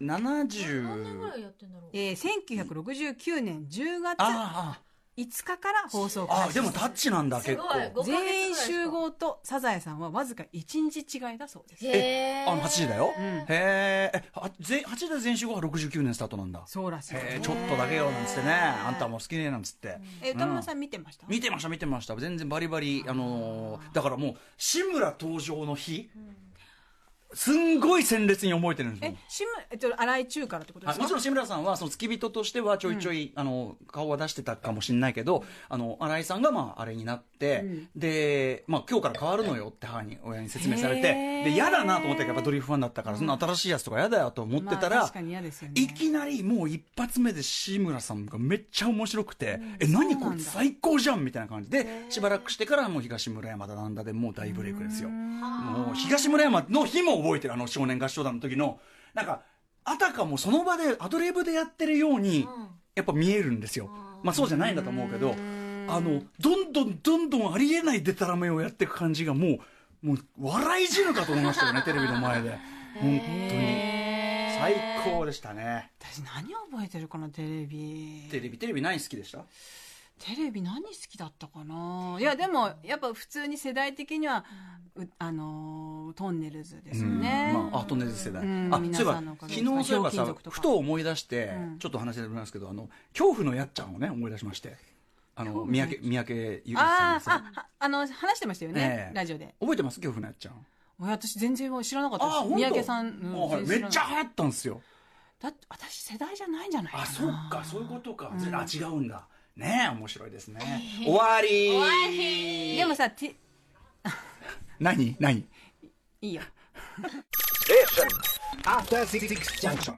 [SPEAKER 3] 何年ぐら
[SPEAKER 2] 70
[SPEAKER 3] いやってんだろう
[SPEAKER 4] えー、1969年10月
[SPEAKER 2] あ
[SPEAKER 4] 5日から放送
[SPEAKER 2] ああ
[SPEAKER 4] 開
[SPEAKER 2] あ
[SPEAKER 4] 始
[SPEAKER 2] でもタッチなんだ
[SPEAKER 3] す
[SPEAKER 2] 結構
[SPEAKER 3] ごい5ヶ月ぐらいしか
[SPEAKER 4] 全員集合とサザエさんはわずか1日違いだそうです
[SPEAKER 3] へえ
[SPEAKER 2] あの8時だよ、
[SPEAKER 4] ん
[SPEAKER 2] へーえあぜ8時だ全集合は69年スタートなんだ
[SPEAKER 4] そうらしい
[SPEAKER 2] へえちょっとだけよなんつってねあんたも好きねなんつって、
[SPEAKER 4] え歌村さん見てました、
[SPEAKER 2] 見てました見てました全然バリバリあのーだからもう志村登場の日、すんごい鮮烈に覚えてるんです
[SPEAKER 4] え
[SPEAKER 2] よ
[SPEAKER 4] しむえっと新井中からってことで
[SPEAKER 2] あ
[SPEAKER 4] す
[SPEAKER 2] も
[SPEAKER 4] か
[SPEAKER 2] ちろん志村さんはその付き人としてはちょいちょい、あの顔は出してたかもしれないけど、あの新井さんがまああれになって、で、まあ、今日から変わるのよって母に親に説明されて
[SPEAKER 4] へー
[SPEAKER 2] で嫌だなと思ったけどやっぱドリフファンだったからそんな新しいやつとか嫌だよと思ってた
[SPEAKER 4] まあ
[SPEAKER 2] ら
[SPEAKER 4] 確かに嫌ですよね
[SPEAKER 2] いきなりもう一発目で志村さんがめっちゃ面白くて、え何これ最高じゃんみたいな感じでしばらくしてからもう東村山だなんだでもう大ブレイクですよもう東村山の日も覚えてるあの少年合唱団の時のなんかあたかもその場でアドリブでやってるようにやっぱ見えるんですよ、まあそうじゃないんだと思うけどあのどんどんどんどんありえないでたらめをやっていく感じがもうもう笑い死ぬかと思いました よねテレビの前で本当に最高でしたね
[SPEAKER 4] 私何覚えてるかなテレビ
[SPEAKER 2] テレビテレビ何好きでした
[SPEAKER 4] テレビ何好きだったかないやでもやっぱ普通に世代的には、うあのートンネルズですよね、
[SPEAKER 2] まあ、アートネズ世代、
[SPEAKER 4] うん
[SPEAKER 2] あそういえ
[SPEAKER 4] 皆さ
[SPEAKER 2] ば
[SPEAKER 4] んのおか
[SPEAKER 2] 昨
[SPEAKER 4] げ
[SPEAKER 2] 日
[SPEAKER 4] です
[SPEAKER 2] そういえば
[SPEAKER 4] ひょ
[SPEAKER 2] さ
[SPEAKER 4] うきん族とか
[SPEAKER 2] ふと思い出して、
[SPEAKER 4] うん
[SPEAKER 2] ちょっと話になりますけどあの恐怖のやっちゃんをね思い出しましてあの三宅三宅裕司さん
[SPEAKER 4] あ
[SPEAKER 2] の
[SPEAKER 4] ーあ
[SPEAKER 2] さ
[SPEAKER 4] ああの話してましたよね
[SPEAKER 2] え、え
[SPEAKER 4] ラジオで
[SPEAKER 2] 覚えてます恐怖のやっちゃん
[SPEAKER 4] おや私全然知らなかった
[SPEAKER 2] あ
[SPEAKER 4] です
[SPEAKER 2] 本当
[SPEAKER 4] 三宅さん、うん
[SPEAKER 2] もうほら
[SPEAKER 4] 全
[SPEAKER 2] め
[SPEAKER 4] 然
[SPEAKER 2] っ
[SPEAKER 4] 知
[SPEAKER 2] ちゃ
[SPEAKER 4] らな
[SPEAKER 2] 流行ったんですよ
[SPEAKER 4] いだって私世代じゃないんじゃないかな
[SPEAKER 2] あそうかそういうことか、あ違うんだねえ面白いですね終わり
[SPEAKER 3] 終わり
[SPEAKER 4] でもさて
[SPEAKER 2] 何何
[SPEAKER 4] いいよ
[SPEAKER 1] After Six Junction.